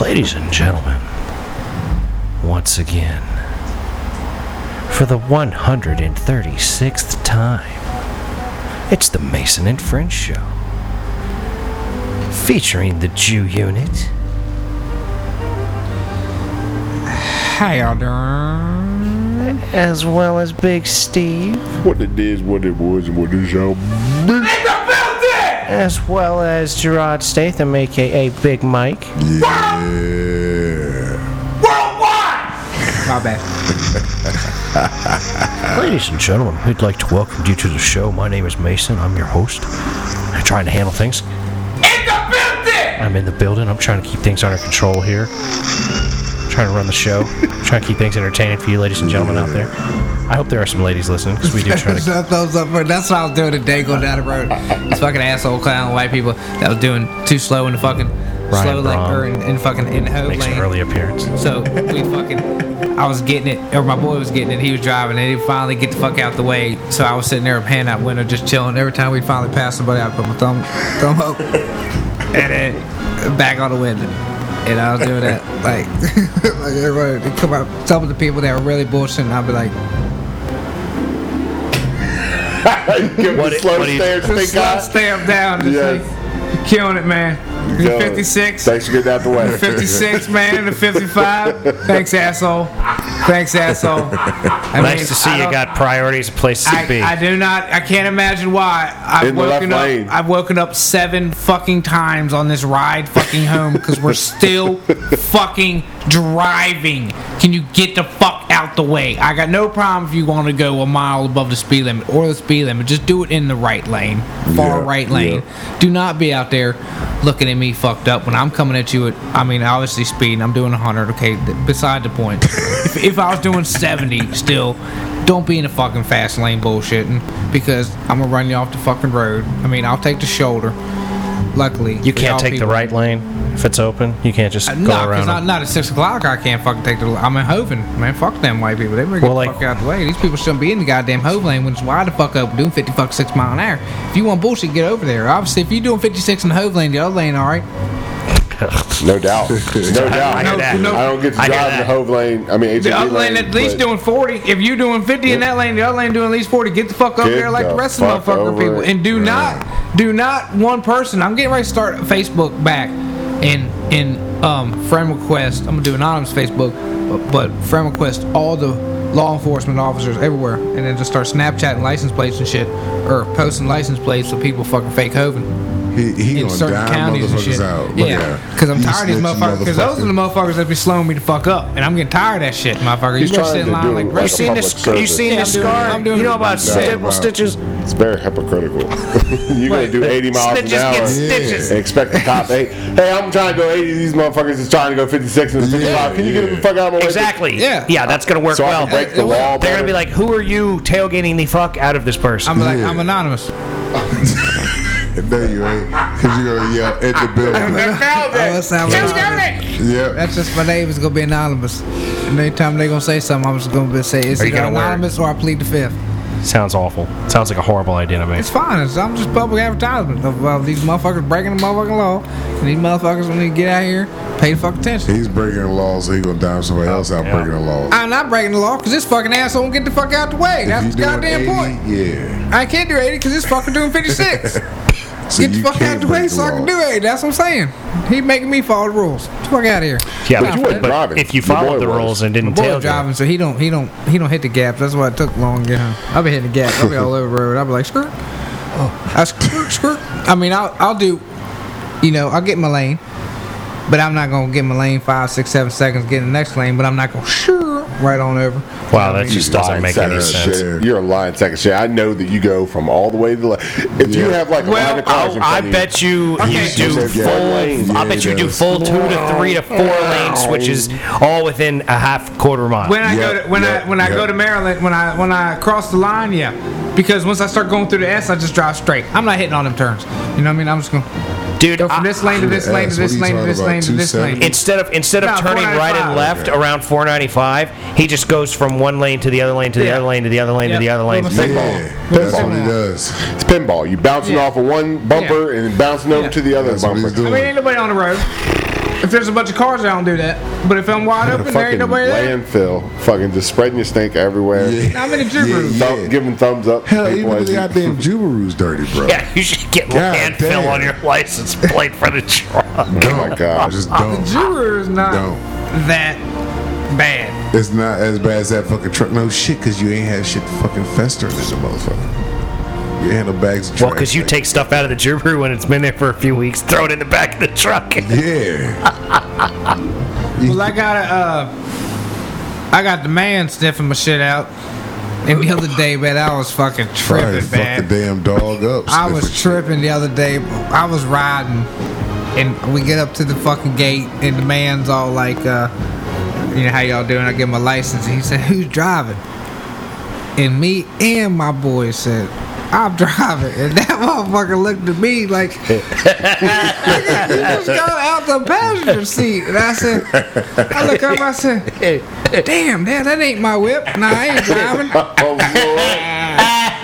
Ladies and gentlemen, once again, for the 136th time, it's the Mason and French Show. Featuring the Jew Unit, Hey, Adam. as well as Big Steve, What it is, what it was, and what it shall be. as well as Gerard Statham, aka Big Mike. Yeah. My bad. Ladies and gentlemen, we'd like to welcome you to the show. My name is Mason. I'm your host. I'm trying to handle things. In the building! I'm in the building. I'm trying to keep things under control here. trying to run the show. trying to keep things entertaining for you, ladies and gentlemen, out there. I hope there are some ladies listening because we do try to. Shut those up for- That's what I was doing today going down the road. This fucking asshole clown white people that was doing too slow in the fucking slow lane Braun or in, in fucking in ho Make some lane. early appearance. So we fucking, I was getting it, or my boy was getting it. He was driving, and he finally get the fuck out the way. So I was sitting there, with my hand out window, just chilling. Every time we finally pass somebody, I put my thumb, thumb up, and then back on the window. And I was doing that, like, like everybody, they come out, some of the people that were really bullshitting, I'd be like, Give What it- what it, slow what it- stairs, just thank slow God. stamp down, just Yes. like, you're killing it, man. You're Yo, 56. Thanks for getting out the way. The 56 man and the 55. Thanks, asshole. Thanks, asshole. I mean, Nice to see I you don't- got priorities and places to be. I, I do not. I can't imagine why. I've In the left woken up. lane. I've woken up seven fucking times on this ride fucking home because we're still fucking driving. Can you get the fuck out the way? I got no problem if you want to go a mile above the speed limit or the speed limit. Just do it in the right lane, far Yeah, right lane. Do not be out there looking at me fucked up when I'm coming at you at. I mean, obviously speeding. I'm doing 100. Okay, th- beside the point. if, if I was doing 70 still, don't be in a fucking fast lane bullshitting because I'm gonna run you off the fucking road. I mean, I'll take the shoulder. Luckily, you can't take the right lane if it's open. You can't just go No, because around. not, not at six o'clock. I can't fucking take the. I'm in Hoven, man. Fuck them white people. They better get Well, the like- fuck out the way. These people shouldn't be in the goddamn Hove lane when it's wide the fuck open, doing 50 fuck six mile an hour. If you want bullshit, get over there. Obviously, if you're doing 56 in the Hove lane, the other lane, all right. No doubt. No doubt. I hear that. I don't get to I hear drive that. in the Hove lane. I mean, ATV The other lane lane at least but doing 40. If you doing 50 in that lane, the other lane doing at least 40. Get the fuck over Get there like the the rest of fuck the motherfucking over people. it. And do Yeah. not, do not one person. I'm getting ready to start a Facebook back and and um friend request. I'm gonna do anonymous Facebook, but, but friend request all the law enforcement officers everywhere, and then just start Snapchatting license plates and shit, or posting license plates so people fucking fake hoven He, he in gonna certain dime counties and shit. motherfuckers out. yeah, because I'm You tired of these snitching motherfuckers. Because those are the motherfuckers that be slowing me the fuck up, and I'm getting tired of that shit, motherfucker. He's You gonna trying sit in to line do like like racist. a public service. seen Yeah, I'm doing- I'm doing it. nipple stitches? It's very hypocritical. You're going to do 80 miles an Snitches hour get and stitches. expect the cop, hey, hey, I'm trying to go 80. These motherfuckers is trying to go 56 and 55. Can you get the fuck out of my way? Exactly. Yeah. Yeah, that's gonna work So I well. can break the law. They're gonna be like, "Who are you tailgating the fuck out of this person?" I'm like, I'm anonymous. No, you ain't. Because you're going to yell at the building. yep. That's just my name is gonna be anonymous. And anytime they gonna say something, I'm just gonna be say it's Are you either gonna wear it? anonymous or I plead the fifth. Sounds awful. Sounds like a horrible idea to me. It's fine. It's, I'm just public advertisement of uh, these motherfuckers breaking the motherfucking law. And these motherfuckers when they get out here, pay the fucking attention. He's breaking the law, so he going to dime somebody else out Oh, Yeah. breaking the law. I'm not breaking the law because this fucking asshole won't get the fuck out the way. If you That's the doing goddamn 80, point. Yeah. I can't do 80 because this fucker doing 56. So get the you fuck can't out the break way so I can law. do 80. That's what I'm saying. He making me follow the rules. Get the fuck out of here. Yeah, But you weren't driving. if you Your boy followed the was. rules and My didn't boy tailgate, driving, so he don't he don't he don't hit the gaps. That's why it took long to get home. I'll be hitting the gaps. I'll be all over the road. I'll be like skirt. Oh, I skirt skirt. I mean, I'll I'll do. You know, I'll get in my lane, but I'm not gonna get in my lane five, six, seven seconds. Get in the next lane, but I'm not gonna sure right on over. wow, that just doesn't lying make sack any of sense. shit. You're a lying sack of shit. I know that you go from all the way to the left. If you Yeah. have like a line Well, of cars in I front of you, bet you you Okay. do Yeah, full. yeah, I bet you do that's- full two to three to four lane switches, all within a half quarter mile. When I go Yep, to when yep, I when I yep. go to Maryland, when I when I cross the line, yeah, because once I start going through the S, I just drive straight. I'm not hitting on them turns. You know what I mean? I'm just gonna Dude, go from I- this lane to this the lane to S, what are this you lane to talking this about, lane to this 270? lane. Instead of instead of No, turning right and 495. left around 495, he just goes from one lane to the other lane to the Yeah. other lane to the other lane Yep. to the other lane. Well, the Pinball. Yeah. That's Pinball. what he does. it's pinball. You bouncing Yeah. off of one bumper and bouncing over Yeah. to the other That's what bumper. he's doing. I mean, ain't nobody on the road. If there's a bunch of cars, I don't do that. But if I'm wide open, there fucking ain't nobody there. landfill. Fucking just spreading your stink everywhere. Yeah. How many Jubers? Yeah, Thumb, yeah. Giving thumbs up. to Hell, people even as if the you- goddamn Jubaru's dirty, bro. Yeah, you should get God landfill damn. on your license plate for the truck. Don't. Oh my God. Just Uh, don't. Juber is not Don't. that bad. It's not as bad as that fucking truck. No shit, because you ain't had shit fucking festering in the motherfucker. You ain't had no bags of trash. Well, because you like- take stuff out of the juber when it's been there for a few weeks, throw it in the back of the truck. Yeah. You- Well, I got a, uh, I got the man sniffing my shit out. And the other day, man, I was fucking Try tripping, to fuck the man. damn dog up. I was sniffing shit. tripping the other day. I was riding, and we get up to the fucking gate, and the man's all like, uh, "You know how y'all doing?" I get my license. And he said, "Who's driving?" And me and my boy said, "I'm driving." And that motherfucker looked at me like, "You just got out the passenger seat." And I said, "I look up. I said, damn, damn, that ain't my whip. Nah, I ain't driving." Oh, Lord.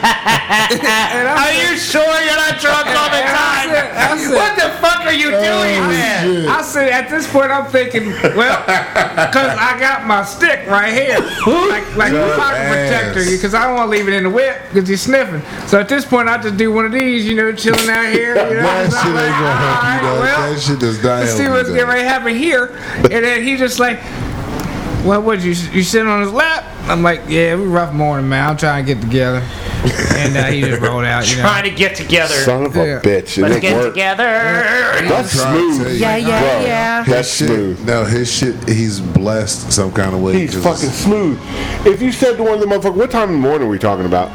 And I you sure you're not drunk all the I said- I said- What the fuck are you doing, man? I said, at this point, I'm thinking, well, because I got my stick right here, like, like a Good pocket protector, ass. because I don't want to leave it in the whip because he's sniffing. So at this point, I just do one of these, you know, chilling out here. You know, That so shit I'm ain't gonna like, help you, "All dog. right, well, that shit does not let's help see you, what's dog. getting ready to happen here. And then he just like, well, what you you sitting on his lap? I'm like, yeah, we rough morning, man. I'm trying to get together. And uh, he just rolled out, you know. Trying to get together. Son of a Yeah. bitch. It Let's didn't get work. together. That's I'm trying to smooth. tell you. Yeah, yeah, yeah. That's His shit, smooth. no, his shit, he's blessed some kind of way. He's 'cause fucking smooth. If you said to one of the motherfuckers, what time in the morning are we talking about?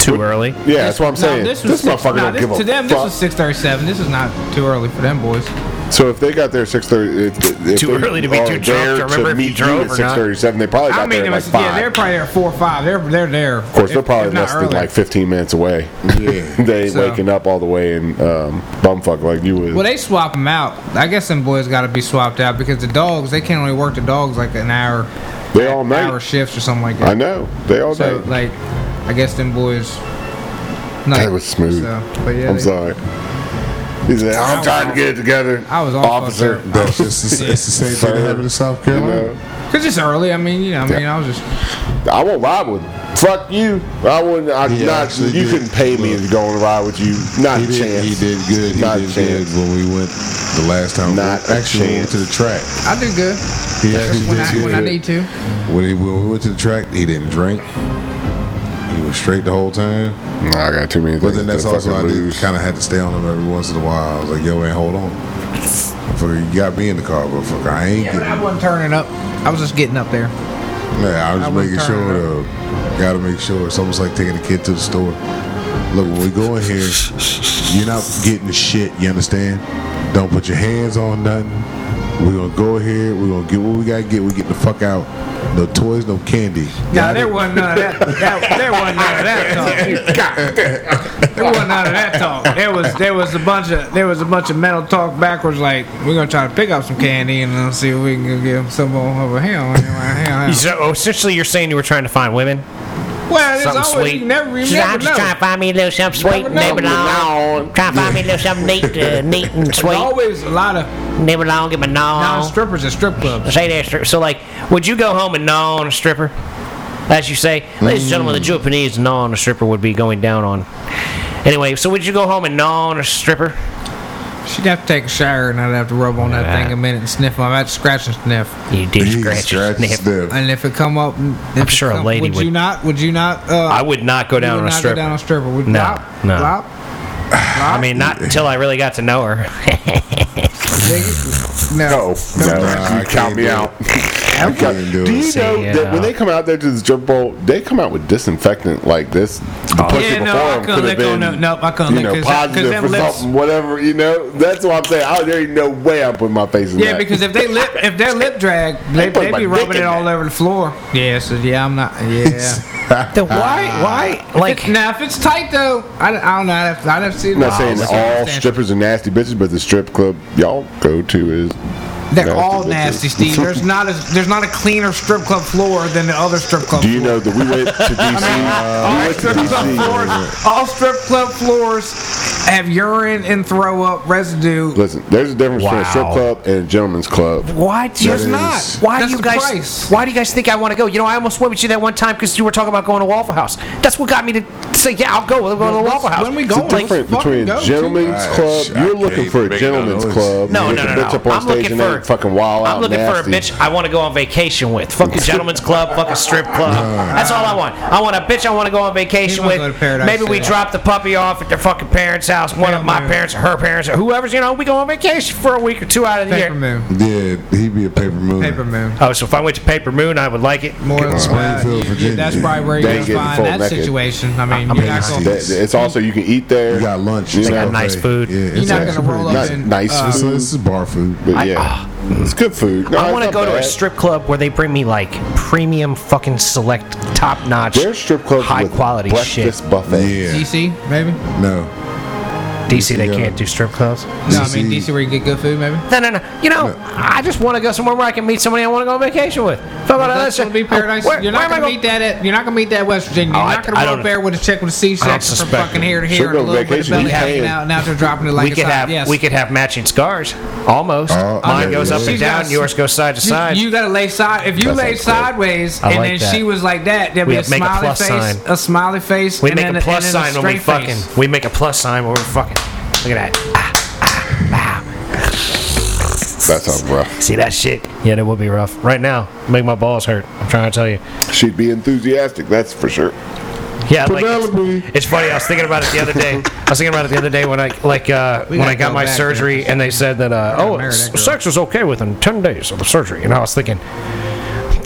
Too early. Yeah, that's what I'm No, saying. This, was six- motherfucker no, don't this- give a To them, fuck. this was 637. This is not too early for them boys. so if they got there at 6.30... If, if Too they early to be are too drunk to there remember if you meet drove at or not. 6.37, they probably got I mean, there it at like was, 5. yeah, they're probably there at four or five. They're they're there. of course, they're probably less than like 15 minutes away. they ain't So- waking up all the way in um, bumfuck like you would. Well, they swap them out. I guess them boys got to be swapped out because the dogs they can only work the dogs like an hour, They all night. hour shifts or something like I that. know. They all So night. like, I guess them boys. No, That was smooth. but yeah, I'm they- sorry. He said, I'm trying to get it together. I was all Officer. fucked That's just, it's the same thing that happened in South You Carolina. know, Cause it's early. I mean, you know, I mean, I was just. I won't ride with him. Fuck you. I wouldn't. I, He not, you actually did. couldn't pay me to go and ride with you. Not He a did, chance. he did good. He Not did a chance. good when we went the last time. Not a we actually when we chance. went to the track. I do good He actually when did I good. when I need to. When, he, when we went to the track, he didn't drink. He was straight the whole time. Nah, I got too many. But things then that's to also I fucking did lose. kind of had to stay on him every once in a while. I was like, yo, man, hold on. Fucker, you got me in the car, but fucker, I ain't But I getting. wasn't turning up. I was just getting up there. Yeah, I was I just wouldn't making turn it sure. though. Gotta make sure. It's almost like taking a kid to the store. Look, when we go in here, you're not getting shit. You understand? Don't put your hands on nothing. We're gonna go here. We're gonna get what we gotta get. We get the fuck out. No toys, no candy. Yeah, there wasn't none of that. that there wasn't none of that talk. There wasn't none of that talk. There was there was a bunch of there was a bunch of metal talk backwards. Like we're gonna try to pick up some candy and uh, see if we can get them some over here. over here, over here." So oh, essentially, you're saying you were trying to find women. Well, there's Something always sweet. you never you She's like, I'm never just trying know. to find me a little something sweet and know. nibble on. Trying to find me a little something neat, uh, neat and There's sweet. always a lot Uh-huh. of Nibble on, give me a non gnaw. strippers at strip clubs. Say that stripper. So, like, would you go home and gnaw on a stripper? As you say, ladies and gentlemen, the Mm. Japanese gnaw on a stripper would be going down on. Anyway, so would you go home and gnaw on a stripper? She'd have to take a shower and I'd have to rub on that thing a minute and sniff. I'm about to scratch and sniff. You do He scratch your scratched sniff. the- And if it come up, if it sure a come- lady would. you would- not? Would you not? Uh, I would not go down you on a would not stripper. Go down on a stripper. Would No, Lop, no. Lop, I mean, not until I really got to know her. Nigga, No. No, no, Nah, I you count can't me do out. I can't do Do you it. know See, that when yeah. they come out there to the strip bowl, they come out with disinfectant like this? The pussy Yeah, no, before I them couldn't could lick have on been, no- nope, I couldn't you lick know, 'cause that- 'cause positive them for lips- something, whatever. You know, that's what I'm saying. I, there ain't no way I'm putting my face in Yeah, that. because if they lip if their lip drag, they put they my be rubbing dick it in all that. over the floor. Yeah, so yeah, I'm not. Yeah. the why? Ah. Why? Like now, if it's tight though, I, don't- I don't know. I'd have, I'd have to see. I'm not saying the all circumstances. strippers are nasty bitches, but the strip club y'all go to is They're Nasty all bitches. nasty, Steve. There's not a there's not a cleaner strip club floor than the other strip club. Do you floor. know that we went to uh, all DC? we went to strip club floors, DC. all strip club floors have urine and throw up residue. Listen, there's a difference between a strip Wow. club and a gentleman's club. Why do you There's not. Why That's do you the guys? price. Why do you guys think I want to go? You know, I almost went with you that one time because you were talking about going to Waffle House. That's what got me to say, yeah, I'll go. We'll go to the Waffle House. When we go, It's different between a gentleman's Gosh, club. I You're looking can't for a make gentleman's no noise. club. no, you no, get no, the no. bitch up on I'm stage looking and for they fucking wild out I'm looking nasty. for a bitch I want to go on vacation with. Fuck a gentleman's club. Fuck a strip club. That's all I want. I want a bitch I want to go on vacation You wanna with. go to Paradise Maybe we City. drop the puppy off at their fucking parents' house. One of my Family. parents or her parents or whoever's. You know, we go on vacation for a week or two out of the paper year. moon, Yeah, he'd be a paper moon. paper moon. Oh, so if I went to Paper Moon, I would like it. More than Springfield, that. Virginia. That's probably where They you're gonna ain't getting find full that naked. situation. I mean, I you're mean, not gonna. That- it's also you can eat there. You got lunch. You it's got all nice day. food. Yeah, You're it's not actually gonna roll pretty up uh, Not good. in. nice This food. this is bar food. But yeah, uh, it's good food. No, uh, I it's want to not go to a bad. strip club where they bring me like premium fucking select top notch There's strip clubs high with quality breakfast shit. buffet. Yeah, DC maybe? No, no. DC they Yeah. can't do strip clubs. I mean DC. DC where you get good food maybe. No, no, no. You know, I just want to go somewhere where I can meet somebody I want to go on vacation with. Fuck all that That's shit. gonna be paradise. Oh, where- you're where not am I gonna going- meet that at. You're not gonna meet that at West Virginia. You're Oh, I- not gonna I go don't- up there with a chick with a C I don't section from suspect fucking it. here to She'll here, and go a little bit of vacation, belly you hanging can. out. Now they're dropping it like we a could side. have yes. we could have matching scars, almost. Oh, Mine okay. goes up and She's down. got- Yours goes side to You- side. You, gotta lay side. If you That lay sounds good. sideways, I and like then that. she was like that, there'd We be a make a smiley plus face, sign. a smiley face. we and make then- a and plus then sign when we straight face. fucking. We make a plus sign when we're fucking. Look at that. That sounds rough. See that shit? Yeah, that would be rough. Right now, make my balls hurt. I'm trying to tell you. She'd be enthusiastic, that's for sure. Yeah, like Penelope. it's, it's funny. I was thinking about it the other day. I was thinking about it the other day when I like uh, when gotta I got go my back there surgery and they said that uh, gotta oh marry that s- girl. sex was okay within ten days of the surgery, and I was thinking.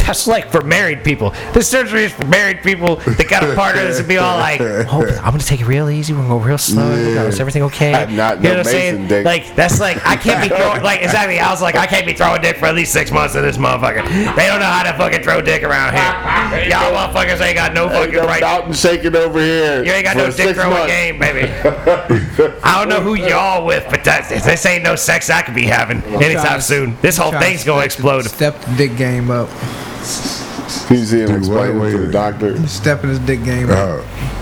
That's like for married people. This surgery is for married people that got a partner that's gonna be all like, oh, I'm gonna take it real easy. We're gonna go real slow. Yeah. Is everything okay? I'm not no Mason dick. Like that's like I can't be throwing like exactly. I was like I can't be throwing dick for at least six months to this motherfucker. They don't know how to fucking throw dick around here. Y'all motherfuckers ain't got no fucking Ain't no right. Dalton shaking over here. You ain't got for no dick six throwing months. game, baby. I don't know who y'all with, but that, this ain't no sex I could be having anytime trying- soon. This whole trying to thing's gonna explode. Step the dick game up. You see him Dude, explaining wait, to the wait. doctor. Stepping his dick game up. Uh,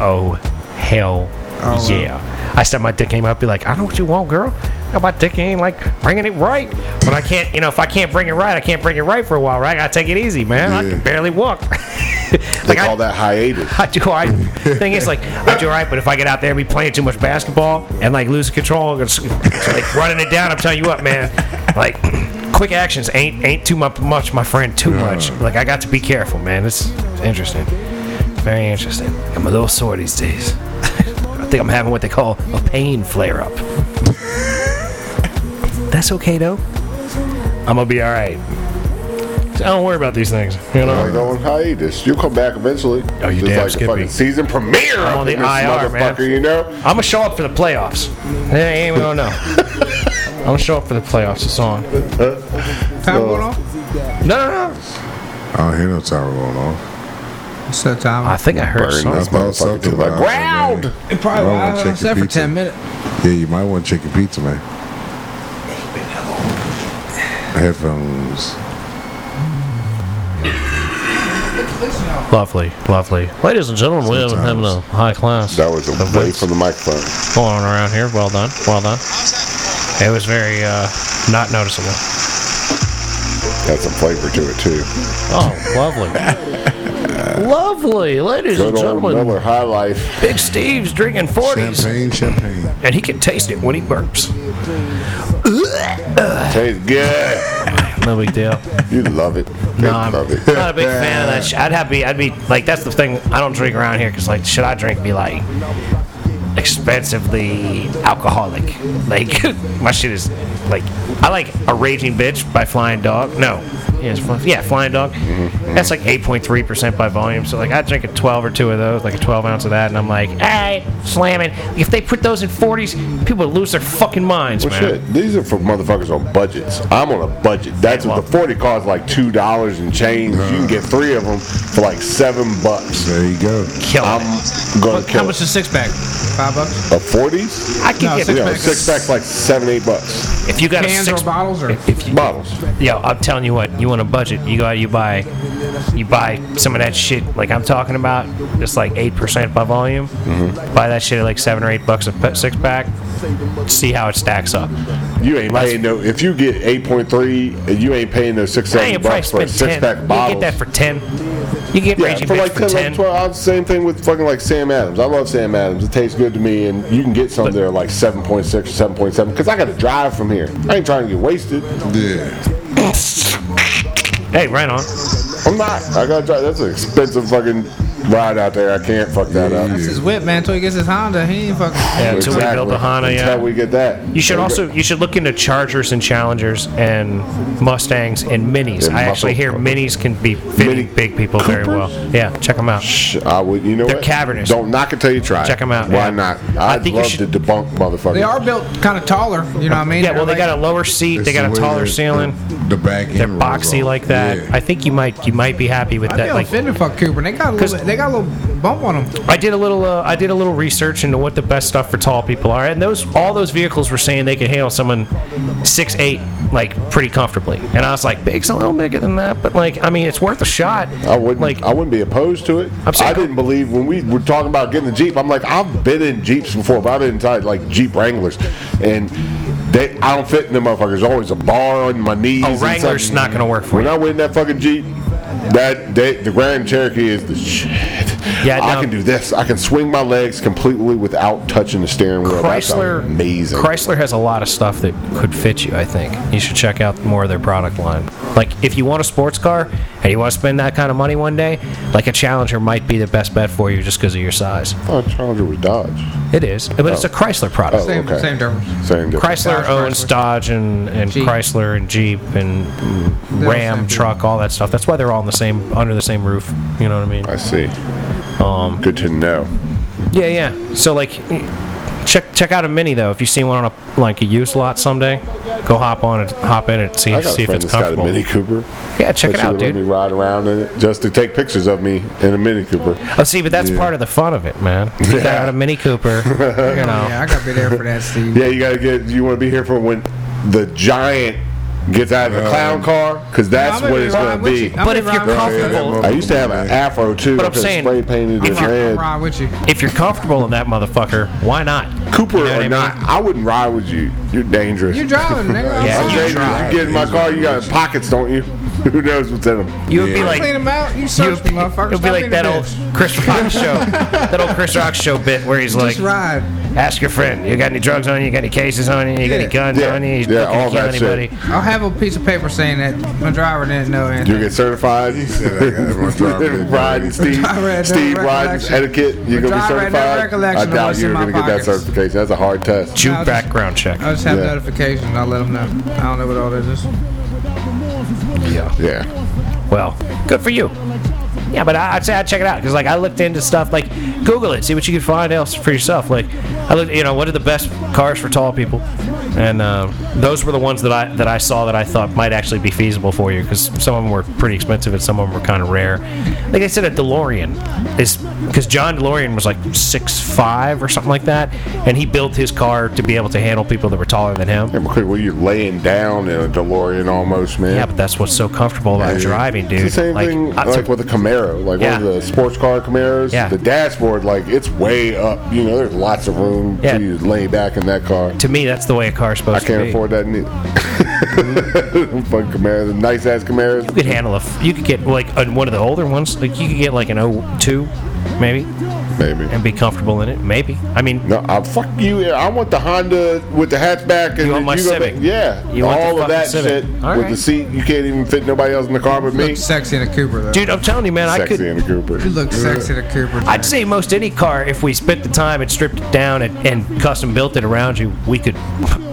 Oh hell Oh, yeah! I step my dick game up, be like, I know what you want, girl. How about dick ain't like bringing it right, but I can't. You know, if I can't bring it right, I can't bring it right for a while, right? I gotta take it easy, man. I Yeah. can barely walk. They like I, call that hiatus. I do alright. Thing is, like I do alright, but if I get out there and be playing too much basketball and like losing control, it's, it's like running it down, I'm telling you what, man. Like quick actions ain't ain't too much, much my friend. Too much. Like I got to be careful, man. It's interesting, very interesting. I'm a little sore these days. I think I'm having what they call a pain flare up. That's okay though. I'm gonna be all right. So I don't worry about these things, you know. I go on hiatus. You'll come back eventually. Oh, you Just damn like the skippy. fucking season premiere I'm up on in the this IR, man. motherfucker, you know? I'm gonna show up for the playoffs. There ain't gonna know. I'm gonna show up for the playoffs. It's on. No, Time going off. no, no. I don't hear no tower going off. So time. I think I heard Burn something. this I thought motherfucker to something. the but I don't know, ground. man. It probably Well, I was. wanna I check said your for ten pizza. minutes. Yeah, you might want to check your pizza, man. Headphones. Lovely, lovely. Ladies and gentlemen, we haven't had a Sometimes. high class That was away events from the microphone. going on around here. Well done, well done. It was very uh, not noticeable. Got some flavor to it, too. Oh, lovely. lovely, ladies Good and old Miller gentlemen. High Life. Big Steve's drinking 40s, Champagne, champagne. and he can taste it when he burps. Tastes good. No big deal. You love it. You No, I'm love it. not a big fan of that. Sh- I'd have be, I'd be like, that's the thing. I don't drink around here because, like, should I drink? Be like, expensively alcoholic. Like, my shit is like, I like a raging bitch by Flying Dog. No, Yeah, it's fly, yeah Flying Dog. Mm-hmm. That's like 8.3% by volume. So, like, I drink a 12 or two of those, like a 12 ounce of that, and I'm like, hey, slamming. If they put those in 40s, people would lose their fucking minds, Well, man. shit, these are for motherfuckers on budgets. I'm on a budget. That's what the 40 costs like $2 and change. You can get three of them for like seven bucks. There you go. Killing Um, it. I'm going to How kill much it. is a six pack? Five bucks. A 40s? I can No, get six Yeah, packs. six packs like seven, eight bucks. If you got a Cans six or bottles or If you, Bottles. yo, I'm telling you what, you want a budget, you go out, you buy, you buy some of that shit like I'm talking about, just like eight percent by volume. Mm-hmm. Buy that shit at like seven or eight bucks a pe- six pack. See how it stacks up. You ain't Less- paying no. If you get 8.3, and you ain't paying no six, I seven ain't probably bucks for a spend six ten. pack You get bottle. that for ten. You get yeah, raging for bitch like for 10, ten. like 12 hours. Same thing with fucking like Sam Adams. I love Sam Adams. It tastes good to me, and you can get some there like 7.6 or 7.7 because I got to drive from here. I ain't trying to get wasted. Yeah. hey, right on. I'm not. I got to drive. That's an expensive fucking ride out there. I can't fuck that up. That's his whip, man. Until he gets his Honda, he ain't fucking. Yeah, until we build the Hana. Until Yeah. we get that. You should There also you should look into Chargers and Challengers and Mustangs and Minis. And I actually hear muscle- Minis can be fitting Mini big people very well. Yeah, check them out. Sh- I would, you know They're what? cavernous. Don't knock it till you try. it. Check 'em out, Why yeah. not? I I'd think you love should- to debunk motherfuckers. They are built kind of taller. You know what I mean? Yeah, well, they They're got a like- lower seat. They That's got the a way taller the- ceiling. The back end. They're rolls boxy off. like that. Yeah. I think you might you might be happy with I that. feel Like offended, fuck Cooper. They got a little. Bit, they got a little bump on them. I did a little uh, I did a little research into what the best stuff for tall people are, and those all those vehicles were saying they could handle someone six eight like pretty comfortably. And I was like, big's a little bigger than that, but like I mean, it's worth a shot. I wouldn't. like I wouldn't be opposed to it. I'm saying- I didn't believe when we were talking about getting the Jeep. I'm like, I've been in Jeeps before, but I've been inside like Jeep Wranglers, and they, I don't fit in them motherfuckers. Always a bar on my knees. Oh, and Wrangler's something. not gonna work for when you. I went in that fucking Jeep, that they, the Grand Cherokee is the shit. Yeah, I no. can do this. I can swing my legs completely without touching the steering wheel. That's Chrysler, amazing. Chrysler has a lot of stuff that could fit you. I think you should check out more of their product line. Like if you want a sports car and you want to spend that kind of money one day, like a Challenger might be the best bet for you just because of your size. I thought Oh, Challenger was Dodge. It is, but it's a Chrysler product. Oh, Same, okay. same difference. Same difference. Chrysler Dodge, owns Chrysler. Dodge and, and Jeep. Chrysler and Jeep and mm, They're all the Ram same truck, all that stuff. That's why they're all in the same under the same roof. You know what I mean? I see. Um, Good to know. Yeah, yeah. So like, check check out a mini though. If you see one on a like a used lot someday, go hop on it, hop in it, see I got see a if friend it's that's got a comfortable. Mini Cooper. Yeah, check it That she out, would let me dude. ride around in it just to take pictures of me in a Mini Cooper. Oh, see, but that's part of the fun of it, man. You got Yeah. out a Mini Cooper, you know. Yeah, I gotta be there for that, Steve. Yeah, you gotta get. You want to be here for when the giant gets out of the clown car because that's I'm what gonna it's ride gonna with be. you. I'm But gonna if you're ride with you. comfortable, I used to have an afro too. But I I'm could've saying, spray painted it I'm gonna red. ride with you. if you're comfortable in that motherfucker, why not? Cooper know what I or mean? not, I wouldn't ride with you. You're dangerous. You're driving, nigga. I'm Yeah, sorry. you dangerous. drive. You get in my car, you got pockets, don't you? Who knows what's in them? You would be Yeah. like, Clean you them out. You would search be, them, motherfucker. you'd be Stop like being that a old bitch. Chris Rock show, that old Chris Rock show bit where he's like, Just ride. ask your friend, you got any drugs on you? You got any cases on you? You got any Yeah. guns Yeah. on you? You Yeah, looking to all kill that shit. anybody? I'll have a piece of paper saying that my driver didn't know anything. You get certified. said I got my driver's riding Steve, Driver had no Steve riding recollection. etiquette. You're gonna Driver be had no certified. recollection I of doubt what's you're in my gonna get that pockets. certification. That's a hard test. Jew No, just- background check. I just have Yeah. notifications. I'll let them know. I don't know what all this is. Yeah. Well, good for you. Yeah, but I, I'd say I'd check it out because, like, I looked into stuff like Google it, see what you can find else for yourself. Like, I looked, you know, what are the best cars for tall people, and uh, those were the ones that I that I saw that I thought might actually be feasible for you because some of them were pretty expensive and some of them were kind of rare. Like I said, a DeLorean is because John DeLorean was like six five or something like that, and he built his car to be able to handle people that were taller than him. Yeah, but quick, well, you're laying down in a DeLorean almost, man. Yeah, but that's what's so comfortable about driving, dude. it's the same like, thing I- like with a Camaro, like Yeah. one of the sports car Camaros. Yeah. The dashboard, like it's way up. You know, there's lots of room Yeah. for you to lay back in that car. to me, that's the way a car's I supposed to be. can't afford that neither. Fucking Camaros, nice ass Camaros. You could handle a. f- You could get like a, one of the older ones. Like you could get like an 02, maybe. Maybe. and be comfortable in it. Maybe. I mean, No, I, fuck you. yeah, I want the Honda with the hatchback and You want my gonna Civic? make- yeah, You want the all of fucking that Civic. shit All with right. the seat. You can't even fit nobody else in the car but me. Look sexy in a Cooper though. dude, I'm telling you, man, I Sexy could. in a Cooper. you look sexy in a Cooper. I'd Jack. say most any car, if we spent the time and stripped it down and, and custom built it around you, we could,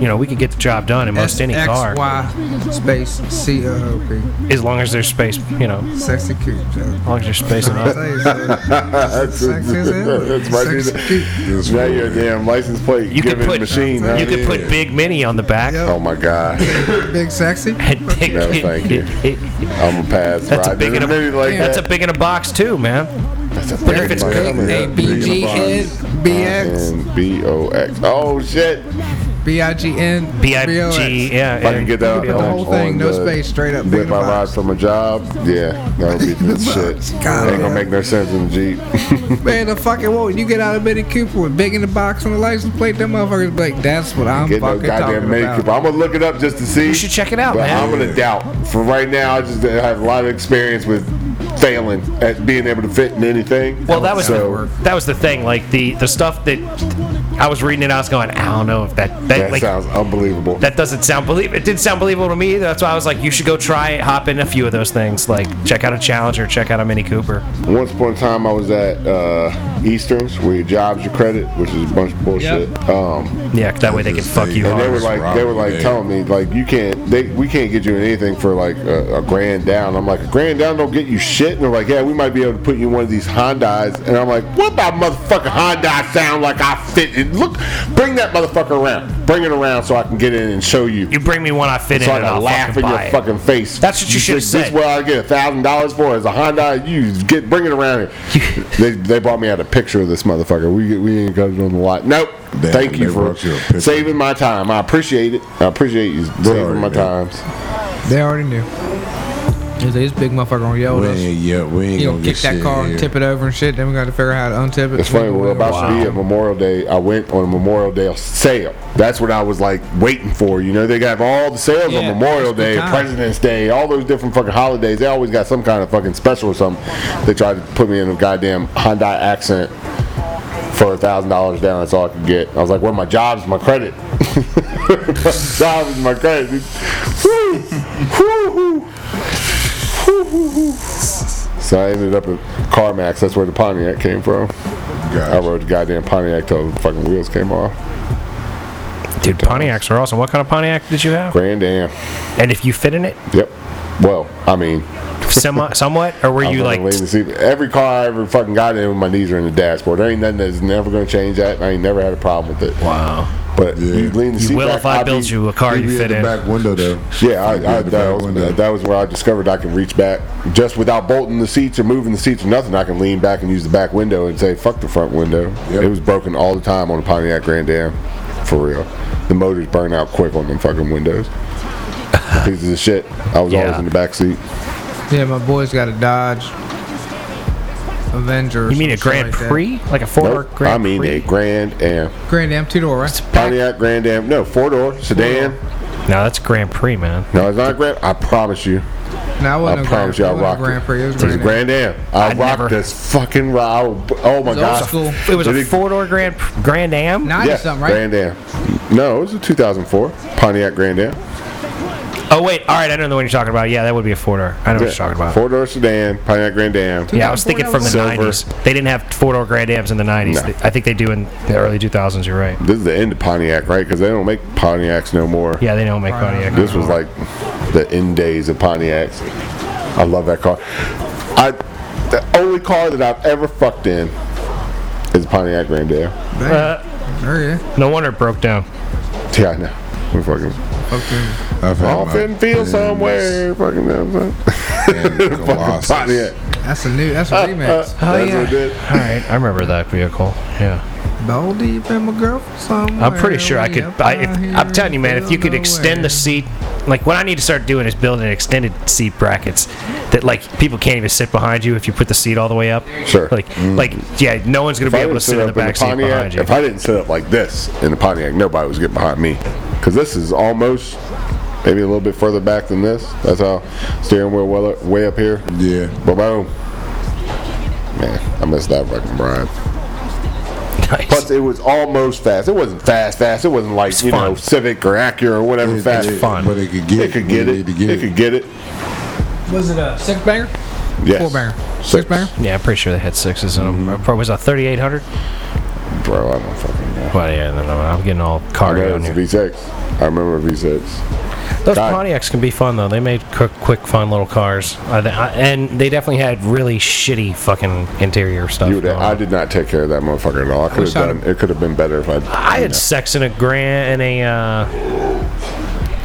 you know, we could get the job done in most any car, SXY space C O O P. as long as there's space, you know, as Sexy Cooper. Jack. long as there's space I'll enough. tell you, Jack. That's, Sexy as hell. that's right. Sexy cute. That's now you're a damn license plate You could giving put- machine. huh? You could put Big Mini on the back. Yep. Oh my god. Big sexy. And Big, No, thank you. I'm a pass. That's a ride. big in a, Maybe like that's that. a big in a box too, man. That's a big if it's one. big, Yeah, A B big G in a N box. B X And B O X. Oh shit! B I G N B I B O G, X. yeah. If I can get that The whole on thing, no the- space, straight up, big With in a my ride box. from a job, yeah, that would be good shit. God, Ain't yeah. gonna make no sense in the jeep. Man, the fucking what? You get out of Mini Cooper with big in the box on the license plate, them motherfuckers be like, that's what I'm Get no fucking goddamn talking Mini about. Cooper. I'm gonna look it up just to see. You should check it out, but man. I'm gonna doubt. For right now, I just have a lot of experience with failing at being able to fit in anything. Well, that was so. the, that was the thing. Like the the stuff that I was reading it, I was going, I don't know if that that, That like sounds unbelievable. that doesn't sound believe. It didn't sound believable to me. That's why I was like, you should go try it. Hop in a few of those things. Like check out a Challenger, check out a Mini Cooper. Once upon a time, I was at uh, Easterns, where your job's your credit, which is a bunch of bullshit. Um, Yeah, that way they can fuck you and they were hard. That's like, they were like right. telling me, like, you can't, they, we can't get you anything for like a, a grand down. I'm like, a grand down don't get you shit. And they're like, yeah, we might be able to put you in one of these Hondas. And I'm like, what about motherfucking Honda sound like I fit in? Look, bring that motherfucker around, bring it around so I can get in and show you. You bring me one, I fit so in, I and can I'll laugh fucking in your buy it. fucking face. That's what you should've think This said. is what I get a thousand dollars for is a Honda. You get bring it around here. they, they brought me out a picture of this motherfucker. We we ain't got it on the lot. Nope. Damn, Thank they you for brought you a picture. saving my time. I appreciate it. I appreciate you saving Sorry, my man. times. They already knew. Dude, This big motherfucker gonna yell We at us. ain't, yeah, we ain't You gonna gonna kick get that shit car here. and tip it over and shit. Then we gotta figure out how to untip it. It's funny. We're about to be at Memorial Day. I went on a Memorial Day sale. That's what I was like waiting for. You know, they got all the sales Yeah, on Memorial it's the Day, time. President's Day, all those different fucking holidays. They always got some kind of fucking special or something. They tried to put me in a goddamn Hyundai accent for a thousand dollars down. That's all I could get. I was like, "Well, my job's my credit. my job is my credit." dude. Woo! Woo! Woo! Woo, woo, woo. So I ended up at CarMax. That's where the Pontiac came from. I Gotcha. rode the goddamn Pontiac till the fucking wheels came off. Dude, Pontiacs are awesome. What kind of Pontiac did you have? Grand Am. And if you fit in it, Yep. Well, I mean, semi, somewhat, or were I'm you fucking like, waiting to see. Every car I ever fucking got in, my knees are in the dashboard. There ain't nothing that's never gonna change that. and I ain't never had a problem with it. wow? But you lean You the seat will back, if I I'll build be- you a car He be you fit in the in. back window though. Yeah, I, He be I, in that, the back was, window. that was where I discovered I can reach back just without bolting the seats or moving the seats or nothing. I can lean back and use the back window and say "fuck the front window." Yep. It was broken all the time on the Pontiac Grand Am, for real. The motors burn out quick on them fucking windows. Pieces of shit. I was Yeah. always in the back seat. Yeah, my boy's got a Dodge Avenger. or You mean a some shit Grand like that. Prix, like a four Nope. Grand I mean Prix? a Grand Am, Grand Am two door, right? Pontiac Grand Am. No, four door sedan. No, that's Grand Prix, man. No, it's not a Grand. I promise you. No, I I wasn't a Grand, promise you, I wasn't a rocked Grand Prix. It was It was a Grand, Am. Grand Am. I I'd rocked never- this fucking ride. Oh my old god! school. It was Did a four door Grand Grand Am. Ninety Yeah, something, right? Grand Am. No, it was a 2004 Pontiac Grand Am. Oh wait, all right, I know the one you're talking about. Yeah, that would be a four door. I know what you're talking about. Four door sedan, Pontiac Grand Am. yeah, I was thinking from the Silver. 90s. They didn't have four door Grand Ams in the 90s. No. I think they do in the early 2000s. You're right. This is the end of Pontiac, right? Because they don't make Pontiacs no more. Yeah, they don't make Pontiac. This was like the end days of Pontiacs. I love that car. I the only car that I've ever fucked in is a Pontiac Grand Am. Damn. Uh, oh yeah. no wonder it broke down. Yeah, I know. We fucking Okay. I've had off in field somewhere. Fucking, fucking Pontiac. Pontiac. That's a new. That's a Uh, remix. that's Oh, yeah. what it did. All right, I remember that vehicle. Yeah. Baldy, you been my girlfriend somewhere. I'm pretty sure I could. I, if, I'm telling you, man, if you could extend the seat, like what I need to start doing is building extended seat brackets that like people can't even sit behind you if you put the seat all the way up. Sure. Mm. Like, like, yeah, no one's gonna If be I able to didn't sit sit in up the back in seat the Pontiac, behind you. if I didn't sit up like this in the Pontiac, nobody was getting behind me. Because this is almost maybe a little bit further back than this. That's how steering wheel well up, way up here. Yeah. Boom. Man, I missed that fucking Brian. nice. Plus, it was almost fast. It wasn't fast, fast. It wasn't like you fun. know Civic or Acura or whatever It- fast. it- But it could get It could get when it. need to It could get it. Was it a six banger? Yes. Four banger. Six banger? yeah, I'm pretty sure they had sixes in them. Mm-hmm. Probably was a 3800. Bro, I don't fucking know. Well, yeah, then I'm, I'm getting all I cardio know on it's a here. V6. I remember a V6. Those God. Pontiacs can be fun though. They made quick, quick, fun little cars, uh, th- I- and they definitely had really shitty fucking interior stuff. You would, going I on. did not take care of that motherfucker at all. I could have wish I'd- done. It could have been better if I'd. I had sex in a grand in a uh,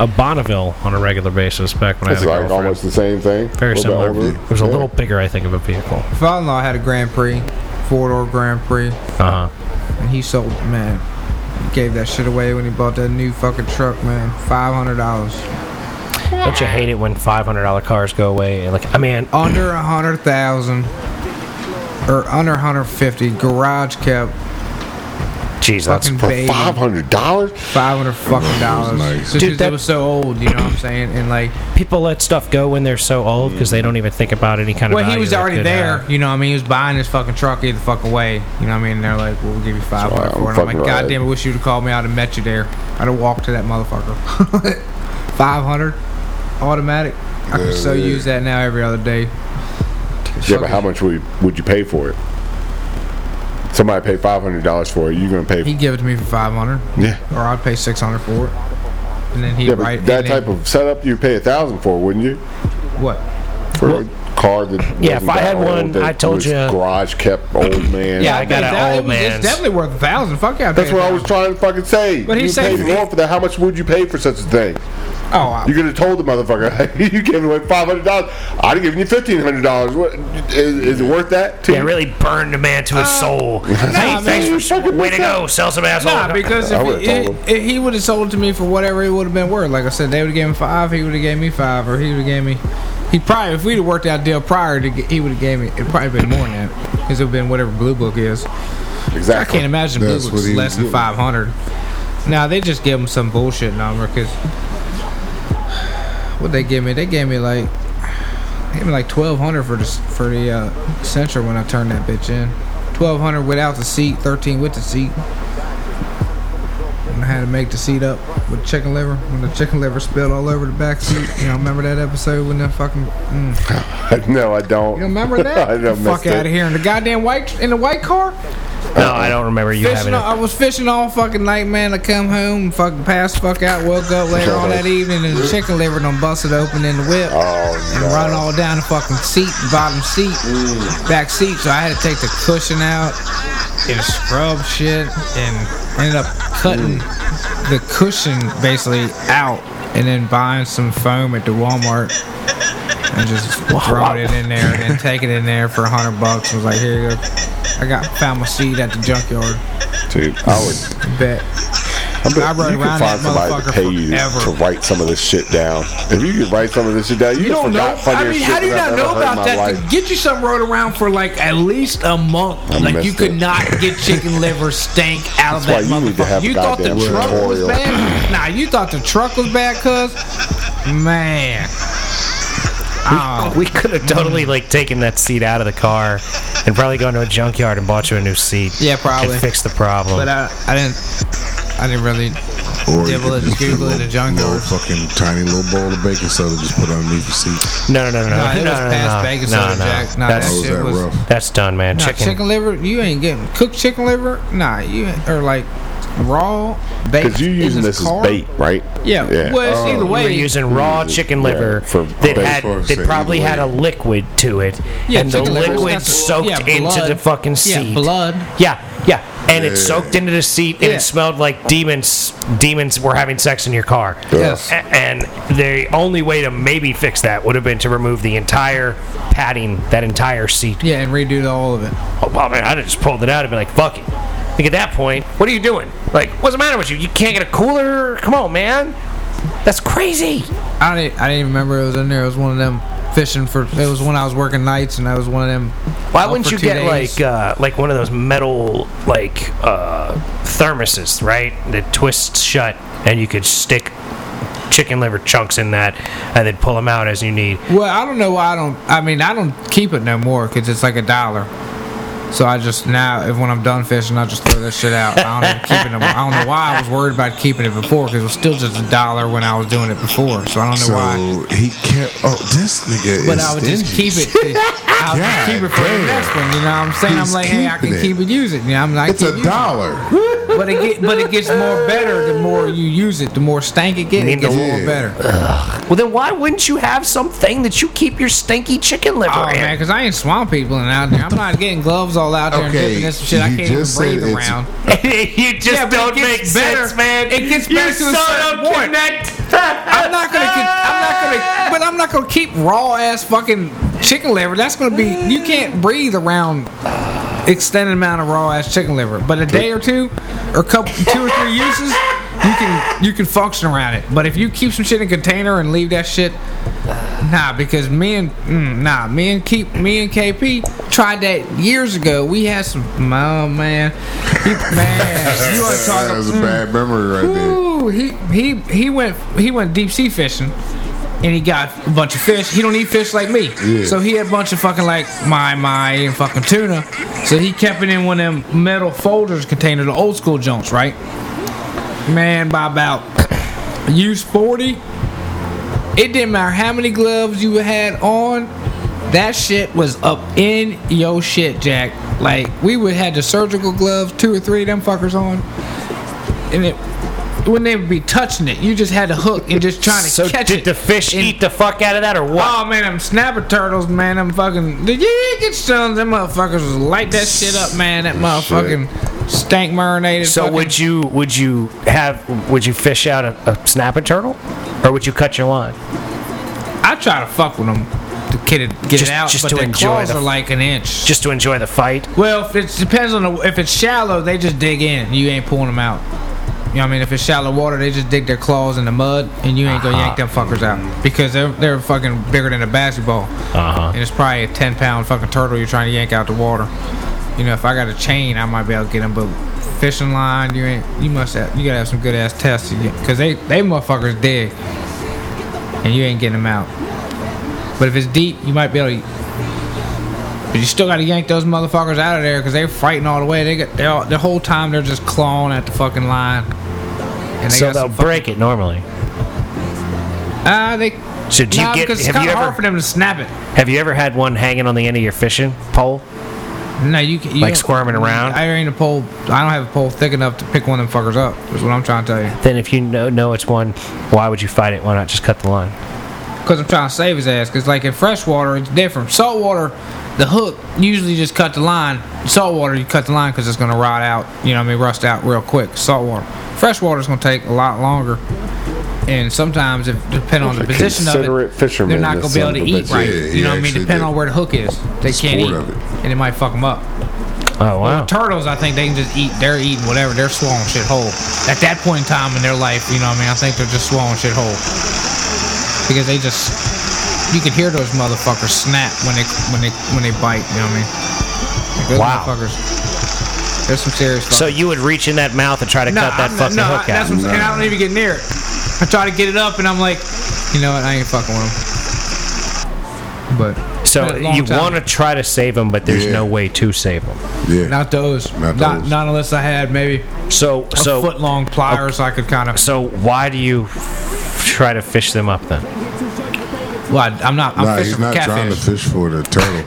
a Bonneville on a regular basis back when It's I had a like girlfriend. almost the same thing. Very a little similar. bit older. It was a Yeah. little bigger, I think, of a vehicle. My father-in-law had a Grand Prix, four-door Grand Prix, Uh huh. and he sold man. he Gave that shit away when he bought that new fucking truck, man. Five hundred dollars, Don't you hate it when five hundred dollar cars go away? And like, I mean, oh, under a hundred thousand, or under a hundred fifty. Garage kept jeez, that's fucking For baby. five hundred dollars. Five hundred fucking dollars. Just nice. Dude, 'cause that- it was so old, you know what I'm saying? And like, people let stuff go when they're so old because they don't even think about any kind of. well, he value was they already could there. have. You know, what I mean, he was buying his fucking truck either fuck away. You know what I mean? And they're like, "Well, we'll give you five hundred I'm for it." I'm like, fucking "God right. damn, I wish you'd have called me. I'd have met you there. I'd have walked to that motherfucker." five hundred, automatic. I Yeah, could so yeah. use that now every other day. Yeah, but how much would would you pay for it? Somebody paid five hundred dollars for it. You're gonna pay. He'd give it to me for five hundred, yeah. or I'd pay six hundred for it. And then he Yeah, would but write that and then- type of setup you pay a thousand for, wouldn't you? what? For a car that Yeah, if wasn't I that had old, one, that I told was you- garage kept old man. Yeah, I got Hey, an that- old it was- man's. It's definitely worth a thousand. Fuck yeah, I'd That's pay a what I was thousand. trying to fucking say. But he you said- paid more for that. How much would you pay for such a thing? Oh, I- You could have told the motherfucker you gave away five hundred dollars. I'd have given you fifteen hundred dollars. What is, is it worth that? To Yeah, you? really burned a man to his Uh, soul. I hey, mean, thanks for way to go, sell some asshole. Nah, because I if, would've he- told if, him. if he would have sold to me for whatever it would have been worth, like I said, they would have gave him five. He would have gave me five, or he would have gave me. He probably, if we'd have worked out a deal prior, to, get- he would have gave me. It probably been more than that because it would have been whatever Blue Book is. I exactly. can't imagine That's Blue what Book's he less was than doing. five hundred. Now they just give him some bullshit number because what they give me, they gave me like they gave me like twelve hundred for the s- for the uh, Sentra when I turned that bitch in. Twelve hundred without the seat, thirteen with the seat. And I had to make the seat up with chicken liver when the chicken liver spilled all over the back seat. You know, remember that episode when the fucking mm. you no, I don't. don't remember that? I don't Fuck out of here in the goddamn white in the white car. No, I don't remember you having Fishing all, it. I was fishing all fucking night, man. I come home, fucking passed fuck out, woke up later on that evening, and the chicken liver done busted open in the whip Oh and no. run all down the fucking seat, bottom seat, back seat. So I had to take the cushion out and scrub shit, and ended up cutting the cushion basically out, and then buying some foam at the Walmart. And just throwing it in there, and then taking it in there for a hundred bucks. I was like, here you go. I got found my seat at the junkyard. Dude, I would. Bet. I bet I rode you around can that find somebody to motherfucker pay you forever. to write some of this shit down. If you could write some of this shit down, you, You don't know. forgot I funnier mean, shit how do you than I've not ever know heard in about my that? life. To get you something rode around for like at least a month. I like you missed could it. not get chicken liver stank out of That's that why you need to motherfucker. have a You, thought the goddamn truck was tutorial. bad? Nah, you thought the truck was bad, cuz man. Oh, We could have totally like taken that seat out of the car and probably gone to a junkyard and bought you a new seat. Yeah, probably. And fixed the problem. but uh, I, I didn't. I didn't really. Or you Dibble could it, just get Google it, little- a junk little drawer. fucking tiny little bowl of baking soda just put underneath the seat. no, no, no, no, Nah, no, it was no, past no, Vegas no, soda, no. Jack. Nah, Oh, That's that was shit that was- rough? that's done, man. Nah, chicken. chicken. liver, you ain't getting cooked chicken liver. Nah, you or like raw baked. Because you're is using this as carb? bait, Oh. right? Yeah. Oh. Well, it's either We were way. using raw chicken liver for that bacon had or that something, probably either had way. a liquid to it, Yeah, and the chicken liver, liquid that's- soaked yeah, into blood. the fucking Yeah, seat. blood. Yeah, yeah, and it Yeah. soaked into the seat, and Yeah. it smelled like demons. Demons were having sex in your car. Yes. A- And the only way to maybe fix that would have been to remove the entire padding, that entire seat. Yeah, and redo the- all of it. Oh, well, man, I'd have just pulled it out and been like, fuck it. Like, at that point, what are you doing? Like, what's the matter with you? You can't get a cooler? Come on, man. That's crazy. I didn't. I didn't remember it was in there. It was one of them fishing for. It was when I was working nights, and I was one of them. Why out wouldn't for you two get days. like uh, like one of those metal like uh, thermoses, right? That twists shut, and you could stick chicken liver chunks in that, and then pull them out as you need. Well, I don't know why I don't. I mean, I don't keep it no more because it's like a dollar. So I just now, if when I'm done fishing, I just throw that shit out. I don't even keep it. in- I don't know why I was worried about keeping it before because it was still just a dollar when I was doing it before. So I don't know So why. he kept. Oh, this nigga But is. I would just stingy. keep it. I would just keep it for the God next one. You know what I'm saying? I'm He's like, hey, I can keeping it. keep it, use it. You know, I'm like, It's a dollar. but it get, but it gets more better the more you use it. The more stank it gets, it gets more Yeah. better. Well, then why wouldn't you have something that you keep your stinky chicken liver Oh in? man, because I ain't swamp people and out there. I'm not getting gloves all out there and Okay, dipping this shit. I you can't even just said breathe it's- around. you just Yeah, but it don't make gets better. sense, man. It gets you back to so a certain don't point. connect. I'm not gonna. Get, I'm not gonna. But I'm not gonna keep raw ass fucking chicken liver. That's gonna be. You can't breathe around extended amount of raw ass chicken liver. But a day or two, or couple, two or three uses, you can you can function around it. But if you keep some shit in a container and leave that shit. Nah, because me and mm, nah, me and keep me and KP tried that years ago. We had some, oh man, He- man, you want to talk That was a mm, bad memory right there. Ooh, he he he went he went deep sea fishing, and he got a bunch of fish. He don't eat fish like me, Yeah. so he had a bunch of fucking like my my and fucking tuna. So he kept it in one of them metal folders container, the old school junks, right? Man, by about use forty, it didn't matter how many gloves you had on. That shit was up in your shit, Jack. Like we would had the surgical gloves, two or three of them fuckers on, and it wouldn't even be touching it. You just had a hook and just trying to So catch did it. the fish And- eat the fuck out of that or what? Oh man, them snapper turtles, man, them fucking did you get sons? Them motherfuckers was light that shit up, man. That motherfucking stank marinated. so fucking- would you would you have would you fish out a, a snapping turtle, or would you cut your line? I try to fuck with them to get it get Just- it out, just but to their enjoy claws the- are like an inch. Just to enjoy the fight? Well, if it depends on the, if it's shallow, they just dig in. You ain't pulling them out. You know what I mean? If it's shallow water, they just dig their claws in the mud, and you ain't gonna yank them fuckers out because they're they're fucking bigger than a basketball. Uh-huh. And it's probably a ten pound fucking turtle you're trying to yank out the water. You know, if I got a chain, I might be able to get them. But fishing line, you ain't. You must have. You gotta have some good ass tests because they they motherfuckers dig, and you ain't getting them out. But if it's deep, you might be able to but you still got to yank those motherfuckers out of there because they're fighting all the way. They got they all, the whole time they're just clawing at the fucking line. And they So got they'll some break it normally. Ah, they. So do you nah, get- because it's have kind you of ever- hard for them to snap it. Have you ever had one hanging on the end of your fishing pole? No, you can you Like don't- squirming around? I ain't a pole. I don't have a pole thick enough to pick one of them fuckers up. That's what I'm trying to tell you. Then if you know know it's one, why would you fight it? Why not just cut the line? Because I'm trying to save his ass. Because, like, in freshwater, it's different. Saltwater, the hook, usually just cut the line. Saltwater, you cut the line because it's going to rot out, you know what I mean, rust out real quick. Saltwater. Freshwater is going to take a lot longer. And sometimes, if depending on the Like a position of considerate it, fisherman, they're not this going to be able son to eat right. of a bitch. you Yeah, he know what I mean? actually Depending did. on where the hook is, they can't eat. Sport of it. And it might fuck them up. Oh wow! Turtles, I think they can just eat. They're eating whatever. They're swallowing shit whole. At that point in time in their life, you know what I mean? I think they're just swallowing shit whole. Because they just. You can hear those motherfuckers snap when they when they when they bite. You know what I mean? Wow. Like those Motherfuckers. There's some serious. Fuck. So you would reach in that mouth and try to cut that I'm not- fucking no, hook I, that's out. what I'm saying. I don't even get near it. I try to get it up, and I'm like, you know what? I ain't fucking with them. But So been a long you time. want to try to save them, but there's Yeah. no way to save them. Yeah. not those. Not Not, those. not unless I had maybe So a so foot long pliers. I could kind of so why do you try to fish them up then? Well, I, I'm not. I'm nah, fishing he's not for trying to catfish. fish for the turtle.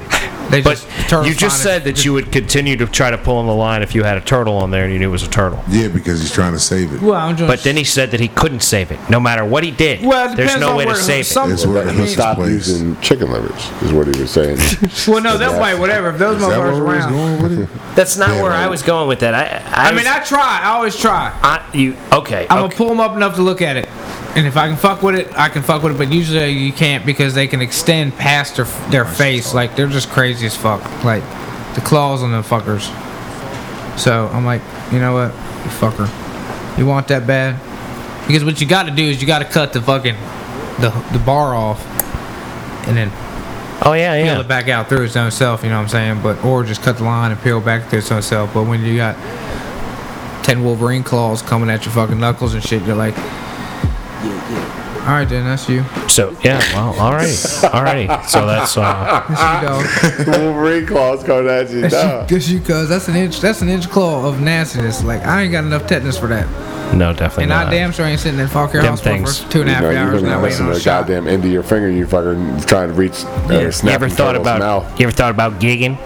They But turtles you just said find that you would continue to try to pull on the line if you had a turtle on there and you knew it was a turtle. Yeah, because he's trying to save it. Well, I'm just. But then he said that he couldn't save it, no matter what he did. Well, it there's depends no on way to where- save it. some- That's where Let it him hits stop place. using chicken livers, is what he was saying. well, no, that way, whatever. If those Is that where motherfuckers we was around. going with it? That's not Yeah, where right. I was going with that. I I, I mean, I try. I always try. I you okay? I'm okay. gonna pull them up enough to look at it, and if I can fuck with it, I can fuck with it. But usually you can't because they can extend past their their face. Like they're just crazy as fuck. Like the claws on them fuckers. So I'm like, you know what, you fucker, you want that bad? Because what you got to do is you got to cut the fucking the the bar off, and then oh yeah, peel yeah. it back out through its own self, you know what I'm saying? But or just cut the line and peel back through its own self. But when you got ten Wolverine claws coming at your fucking knuckles and shit, you're like, All right, then that's you. So yeah, well, all right, all right. So that's uh, That's you, Ah. dog. Wolverine claws coming at you. That's Nah. you, that's you, cuz. That's an inch. That's an inch claw of nastiness. Like I ain't got enough tetanus for that. no, definitely And not. I damn sure ain't sitting in Falkir Them Hospital things. for two and a half You know, you're hours gonna not listen waiting to on a the shot. goddamn end of your finger. You fucking trying to reach. Uh, you snap ever thought about? Mouth. You ever thought about gigging?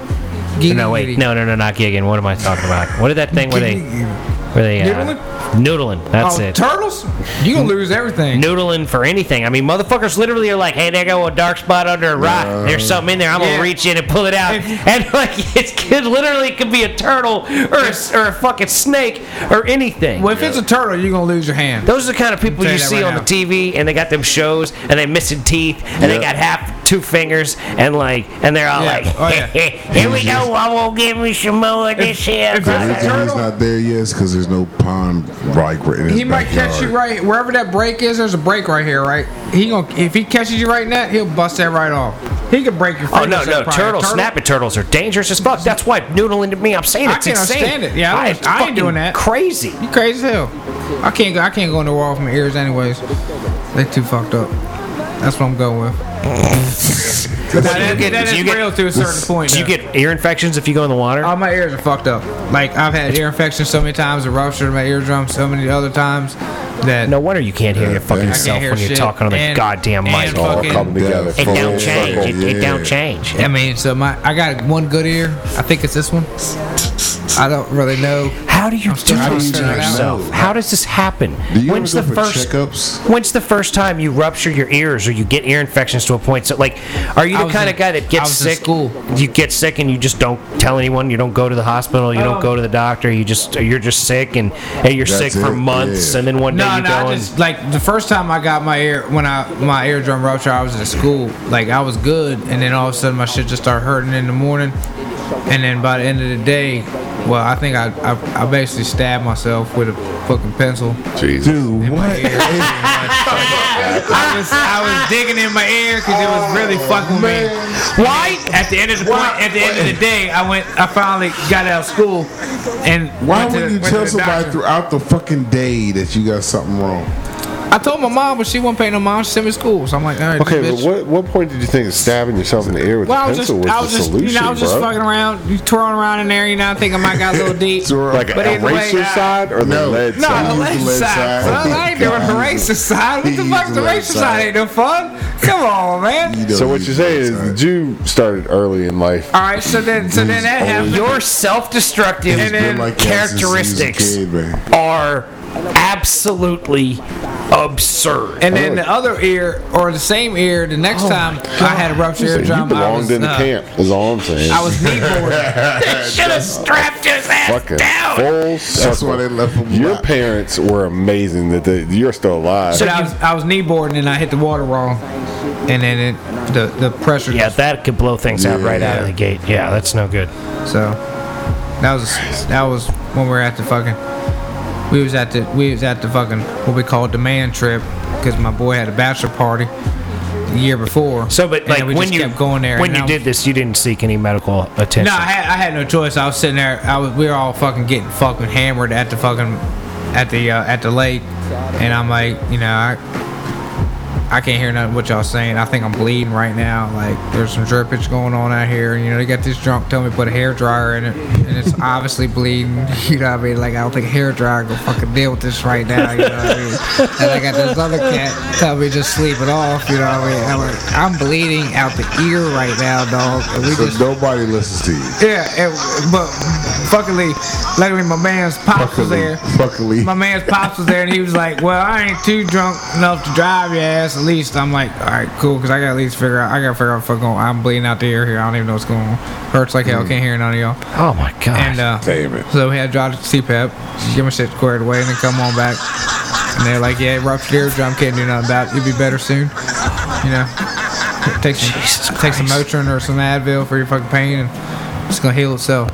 Giddy, No, wait, giddy. no, no, no, not gigging. What am I talking about? What did that thing where they, where they, uh, noodling? That's Oh, it. turtles? You gonna lose everything. Noodling for anything. I mean, motherfuckers literally are like, "Hey, there go a dark spot under a rock. There's something in there. I'm Yeah. gonna reach in and pull it out." If- and like, it could literally could be a turtle or a, s- or a fucking snake or anything. Well, if it's a turtle, you're gonna lose your hand. Those are the kind of people tell you you that see right on now. the TV, and they got them shows, and they missing teeth, and they Yeah. got half two fingers, and like, and they're all Yeah. like, Oh, yeah. "Here we go, I won't give me some more of this here." if I- The reason he's not there yet is because there's no pond like right in his He might catch you backyard. right wherever that break is. There's a break right here, right? He gonna if he catches you right in that, he'll bust that right off. He could break your. Oh no, fingers no! up probably. A Turtles, snapping turtles are dangerous as fuck. That's why noodling to me. I'm saying I it's can't insane. understand it. Yeah, am I don't- I ain't fucking doing that. Crazy. You crazy as hell. I can't go. I can't go in the wall from my ears anyways. They too fucked up. That's what I'm going with. Now, that- get- that do is you get- real to a certain point. Do you though. get ear infections if you go in the water? All my ears are fucked up. Like I've had ear infections so many times, a rupture in my eardrum so many other times that no wonder you can't hear your fucking thanks. I self hear when you're shit. talking on the And- goddamn and mic. All fucking- coming together. It It full don't change. circle. It, it yeah. don't change. I mean, so my I got one good ear. I think it's this one. I don't really know. How do you do still trying this to to figure it out. yourself? How does this happen? Do you When's the ever go for first? checkups? When's the first time you rupture your ears or you get ear infections to a point? So, like, are you I the was kind in- of guy that I gets was in sick? school. You get sick and you just don't tell anyone. You don't go to the hospital. You Oh. don't go to the doctor. You just you're just sick and, and you're sick That's for it, months. yeah. And then one day No, you no, go I and just like the first time I got my ear when I my eardrum rupture, I was in school. Like I was good, and then all of a sudden my shit just started hurting in the morning, and then by the end of the day, well, I think I I, I basically stabbed myself with a fucking pencil. Jesus. Dude, what? I was I was digging in my ear because it was really fucking with me. Why? At the end of the point, at the end of the day, I went. I finally got out of school, and Why went to- would you went to tell the somebody doctor. throughout the fucking day that you got something wrong? I told my mom, but she wasn't paying no mind. She sent me to school, so I'm like, all right, Okay, bitch. but what what point did you think of stabbing yourself in the ear with Well, I a was just, pencil I was was the just, solution, you know, I was just bro? fucking around, you twirling around in there, you know, thinking my got a little deep. like Like, an But either way, eraser I- side or the No. lead No, side? the He used the race left side. side. son. I ain't doing God. the racist side. What He the used fuck's the the left racist side? side. Ain't no fun. Come on, man. So what you're saying is the Jew started early in life. All right, so then, so then Oh, that happened. your self-destructive And then characteristics man. are absolutely absurd. And oh. then the other ear, or the same ear, the Oh next time I had a ruptured So you eardrum, I belonged was, in the uh, camp, is all I'm saying. I was kneeboarding. should have strapped his ass fucking down. full That's circle. why they left him. Your black. parents were amazing that they, you're still alive. but I was, I was kneeboarding and I hit the water wrong, and then it, the the pressure. Yeah, that could blow things out right out of the gate. Yeah, that's no good. So that was that was when we were at the fucking we was at the we was at the fucking what we call it the man trip because my boy had a bachelor party the year before. So, but And then like we when just you kept going there, when and you I did was- this, you didn't seek any medical attention. No, I had, I had no choice. I was sitting there. I was. We were all fucking getting fucking hammered at the fucking, at the uh, at the lake, and I'm like, you know, I, I can't hear nothing what y'all saying. I think I'm bleeding right now. Like, there's some drippage going on out here. You know, they got this drunk telling me to put a hair dryer in it, and it's obviously bleeding. You know what I mean? Like, I don't think a hair dryer gonna fucking deal with this right now. You know what I mean? And I got this other cat telling me just sleep it off. You know what I mean? I'm like, I'm bleeding out the ear right now, dog. And we So just nobody listens to you. yeah, it, but fuckily, luckily my man's pops was Fuckily. there. Fuckily. My man's pops was there, and he was like, "Well, I ain't too drunk enough to drive your ass. At least I'm like, all right, cool, because I got to at least figure out. I got to figure out what's going. on. I'm bleeding out the ear here. I don't even know what's going on. Hurts like hell. Can't hear none of y'all. Oh my god. And uh, Damn it. so we had to drive to CPAP, get my shit squared away, and then come on back. And they're like, "Yeah, ruptured eardrum. Can't do nothing about. it. You'll be better soon. You know, take some take some Motrin or some Advil for your fucking pain, and it's gonna heal itself."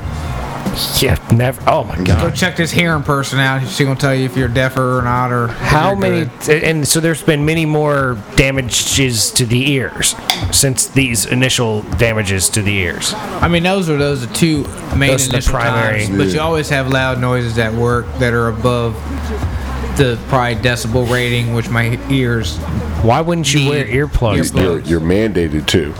yeah, never. Oh my Go god. check this hearing person out. She's gonna tell you if you're deafer or not, or if How you're many? good. And so there's been many more damages to the ears since these initial damages to the ears. I mean, those are those are two main Those are the initial primary. times, but you Yeah. always have loud noises at work that are above the probably decibel rating, which my ears. Why wouldn't you The wear earplugs earplug. You're, you're mandated to.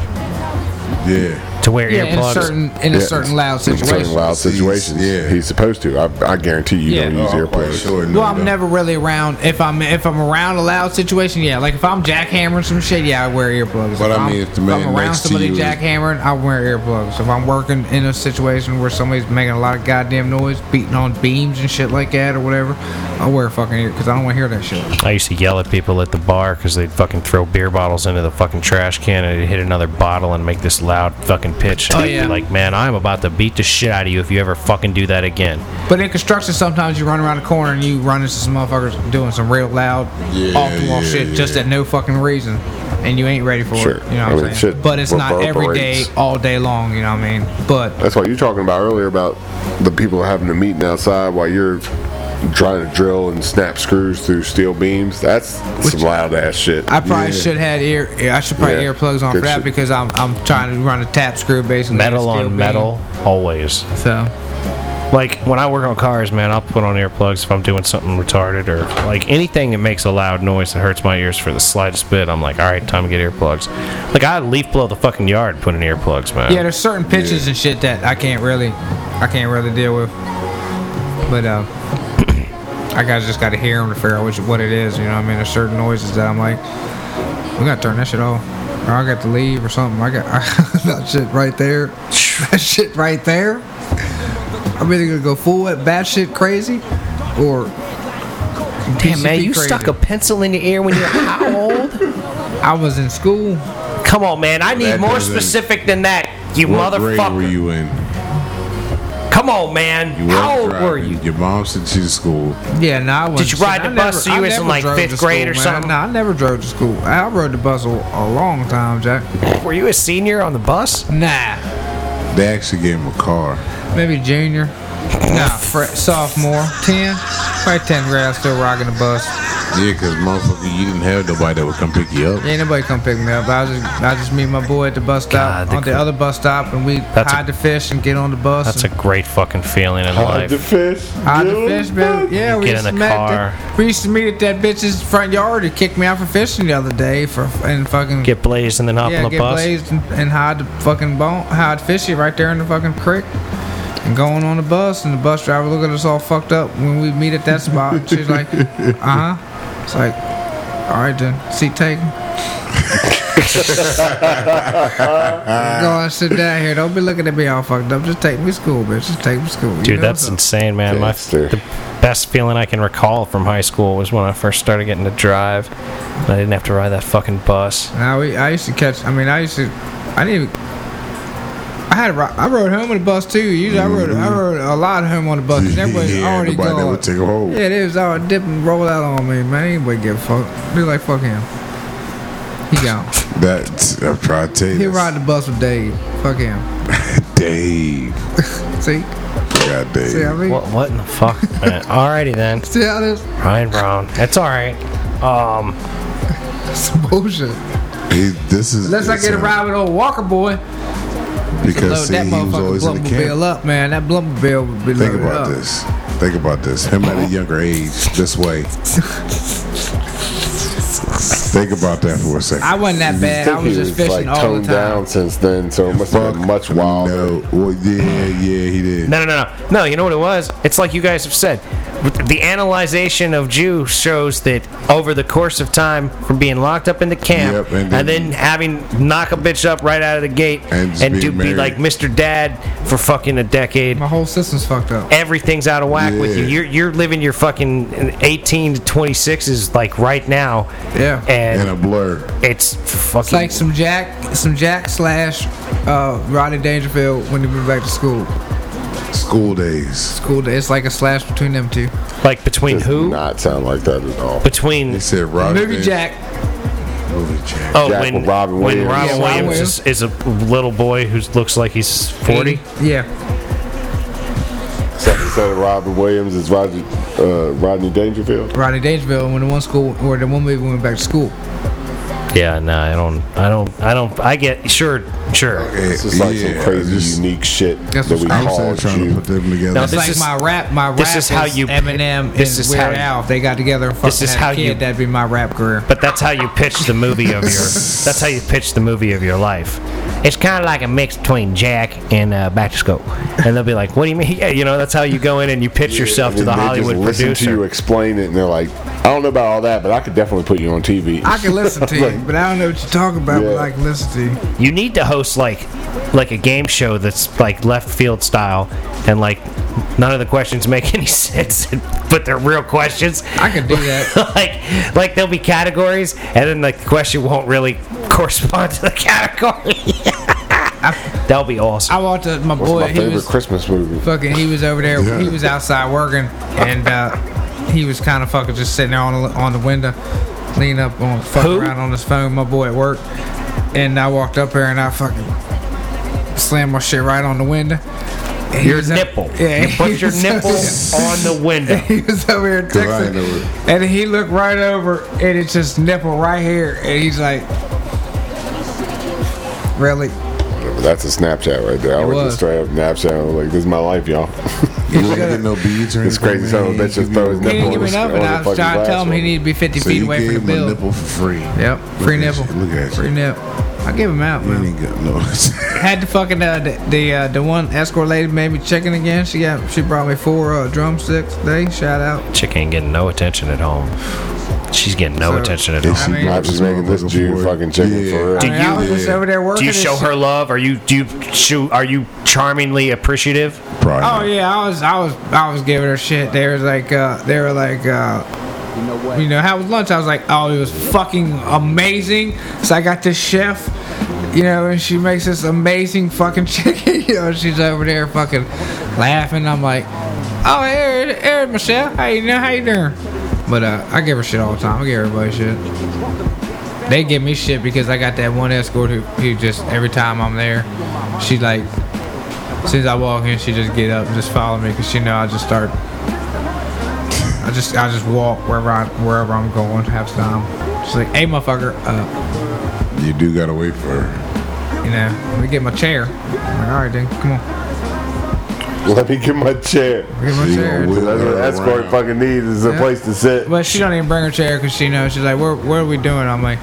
Yeah. to wear Yeah, in a earplugs? certain in a Yeah. certain loud In certain situation. loud situations. Yeah. He's supposed to. I, I guarantee you Yeah. don't No, use Oh, I'm quite earplugs. sure, no, Well, I'm no. never really around. If I'm if I'm around a loud situation, yeah. Like if I'm jackhammering some shit, yeah, I wear earplugs. But if I I'm- mean, if the man I'm around next to somebody you is- jackhammering, I wear earplugs. If I'm working in a situation where somebody's making a lot of goddamn noise, beating on beams and shit like that or whatever, I wear fucking ear because I don't want to hear that shit. I used to yell at people at the bar because they'd fucking throw beer bottles into the fucking trash can and it'd hit another bottle and make this loud fucking pitch. And Oh, I'd be yeah. like, man, I'm about to beat the shit out of you if you ever fucking do that again. But in construction, sometimes you run around the corner and you run into some motherfuckers doing some real loud, Yeah, off the wall yeah, shit yeah. just at no fucking reason, and you ain't ready for Sure. it. You know I what mean, I'm saying? shit But it's not every day, reverberates. all day long. You know what I mean? But That's what you're talking about earlier about the people having to meeting outside while you're trying to drill and snap screws through steel beams. That's some loud ass shit. I probably should have ear. I should probably Yeah. earplugs on for Good that shit. because I'm I'm trying to run a tap screw basically. Metal Steel on beam. metal, always. So Like when I work on cars, man, I'll put on earplugs if I'm doing something retarded or like anything that makes a loud noise that hurts my ears for the slightest bit. I'm like, all right, time to get earplugs. Like I leaf blow the fucking yard and put in earplugs, man. yeah, there's certain pitches and shit that I can't really, I can't really deal with. But uh, I guys just got to hear them to figure out which, what it is. You know, what I mean, there's certain noises that I'm like, we gotta turn that shit off, or I got to leave or something. I got that shit right there. That shit right there. I'm either gonna go full at batshit crazy, or Damn, man, PCP you crazy. stuck a pencil in your ear when you're how old? I was in school. Come on, man, I need That more doesn't- specific than that, you What grade were motherfucker. you in? Come on, man, You how old weren't were driving. you? Your mom sent you to school. Yeah, no, I wasn't. you ride the I bus so you I was in, never like, drove fifth to grade school, or man. something? No, I never drove to school. I rode the bus a, a long time, Jack. Were you a senior on the bus? Nah, They actually gave him a car. maybe junior. Nah, fr- sophomore, ten, probably ten grade. I was still rocking the bus. Yeah, because motherfucker, you didn't have nobody that would come pick you up. Ain't nobody come pick me up. I was just, I just meet my boy at the bus stop God, the on the cr- other bus stop, and we That's a- hide the fish and get on the bus. That's a and great fucking feeling in Hide life. the fish. hide the get 'em. fish, man. Yeah, we get used in to the meet car. At the, we used to meet at that bitch's front yard. He kicked me out for fishing the other day for and fucking Get blazed and then hop yeah, on the get bus. blazed and, and hide the fucking bone, hide fishy right there in the fucking creek. And going on the bus, and the bus driver look at us all fucked up when we meet at that spot. She's like, uh huh. It's like, all right then, seat taken. Go and sit down here. Don't be looking at me all fucked up. Just take me to school, bitch. Just take me to school. You Dude, know? that's insane, man. My, Gangster. the best feeling I can recall from high school was when I first started getting to drive. and I didn't have to ride that fucking bus. Now we, I used to catch. I mean, I used to. I didn't. even- I had. a ri- I rode home on the bus too. Usually, I rode. I rode a lot home on the bus. And everybody's Mm-hmm. Yeah, already nobody that gone. would take a hold. Yeah, they was all dip and roll out on me, man. Anybody give a fuck? Be like, fuck him. He gone. That I'm trying to tell you. He that's ride the bus with Dave. Fuck him. Dave. See, God, Dave. see how I mean? What, what in the fuck, man? Alrighty then. See how this? Ryan Brown. That's alright. Um, That's bullshit. He, this is. Unless I get a ride with old Walker boy, Because load see, that he was motherfucker always in the Blumbmobile camp. up, man. That Blumbmobile would be Think loaded about up. this. Think about this. Him at a younger age, this way. Think about that for a second. I wasn't that I bad. think I was he just was fishing like all the toned time. down since then, so it must have been much wilder. No. Well, yeah, yeah, he did. no, no, no, no. No, you know what it was? It's like you guys have said. With The analyzation of Jew shows that over the course of time, from being locked up in the camp Yep, and and, then, then- having knock a bitch up right out of the gate and, And just being do, be married. like Mr. Dad for fucking a decade. My whole system's fucked up. everything's out of whack with you. Yeah. You're you're living your fucking 18 to 26s like right now. Yeah. And And a blur. it's fucking It's like some Jack, some Jack slash uh, Rodney Dangerfield when he went back to school. School days. School day. It's like a slash between them two. like between Does who? Not sound like that at all. Between They said Rodney. Movie Jack. Movie Jack. oh Jack when with Robin when Williams. Robin Yeah, Robin Williams is, is a little boy who looks like he's 40. Yeah. Except instead of Robin Williams, it's Roger, uh, Rodney Dangerfield. Rodney Dangerfield when the one school or the one movie went back to school. Yeah, no, I don't I don't I don't I get sure Sure. This is like some Yeah, crazy just- unique shit That's that we what I'm saying called trying to you. put them together. Now It's This like is- my rap. My rap this is how you- Eminem this and is Weird how- Al. If they got together and fucking This is had how a kid, you- that'd be my rap career. But that's how you pitch the movie of your. that's how you pitch the movie of your life. It's kind of like a mix between Jack and uh, Back to Scope, and they'll be like, "What do you mean?" Yeah, you know, that's how you go in and you pitch yourself to And the they just Hollywood listen to you producer. explain it, and they're like, "I don't know about all that, but I could definitely put you on TV." I can listen to you, but I don't know what you're talking about. Yeah. But I can listen to you. You need to host like, like a game show that's like left field style, and like none of the questions make any sense, but they're real questions. I can do that. like, like there'll be categories, and then like the question won't really correspond to the category. That'll be awesome. I walked up to my What's boy. my he favorite was Christmas movie? fucking. He was over there. Yeah. He was outside working, and uh, he was kind of fucking just sitting there on the, on the window, leaning up on fucking Who? around on his phone. My boy at work, and I walked up there and I fucking slammed my shit right on the window. And he Your was up- nipple. Yeah, You put he your was nipple up- on the window. he was over here I ain't know texting, it. and he looked right over, and it's just nipple right here, and he's like, "Really? That's a Snapchat right there. I went was. just straight up Snapchat. I was like, "This is my life, y'all." You wouldn't get no beads or anything. It's crazy, son of a man. bitch just You throw his give He me a- didn't nipple give on me nothing. his- on I his was fucking trying to tell him glass he needed to be 50 So feet you away from gave the him a bill. nipple for free. Yep, free Look at nipple. you, Look at Free you. nip. I give him out, You man. ain't got no. Had the fucking uh, the the, uh, the one escort lady made me chicken again. She got she brought me four uh, drumsticks today. Shout out. Chick ain't getting no attention at home. She's getting no So- attention at Yeah, home. I mean- she I'm just making this Jew bored. fucking chicken Yeah. for real. I, Do mean, I you- was just over there working. Do you and show shit. her love? Are you do you show, are you charmingly appreciative? Probably Oh not. yeah, I was I was I was giving her shit. They was like uh they were like uh you know how was lunch? I was like, oh, it was fucking amazing. So I got this chef, you know, and she makes this amazing fucking chicken. You know, she's over there fucking laughing. I'm like, oh, here, here, Michelle. Hey, you know how you doing? But uh, I give her shit all the time. I give everybody shit. They give me shit because I got that one escort who, who just every time I'm there, she like as soon as I walk in, she just get up and just follow me because she know I just start. I just I just walk wherever I wherever I'm going. Have time. She's like, "Hey, motherfucker, uh, You do gotta wait for her. you know, let me get my chair." I'm like, "All right, then, come on, Let me get my chair. get my You gonna chair." wheel That's what her an escort around. fucking needs is a Yeah. place to sit. But she don't even bring her chair because she knows she's like, "Where where are we doing?" I'm like,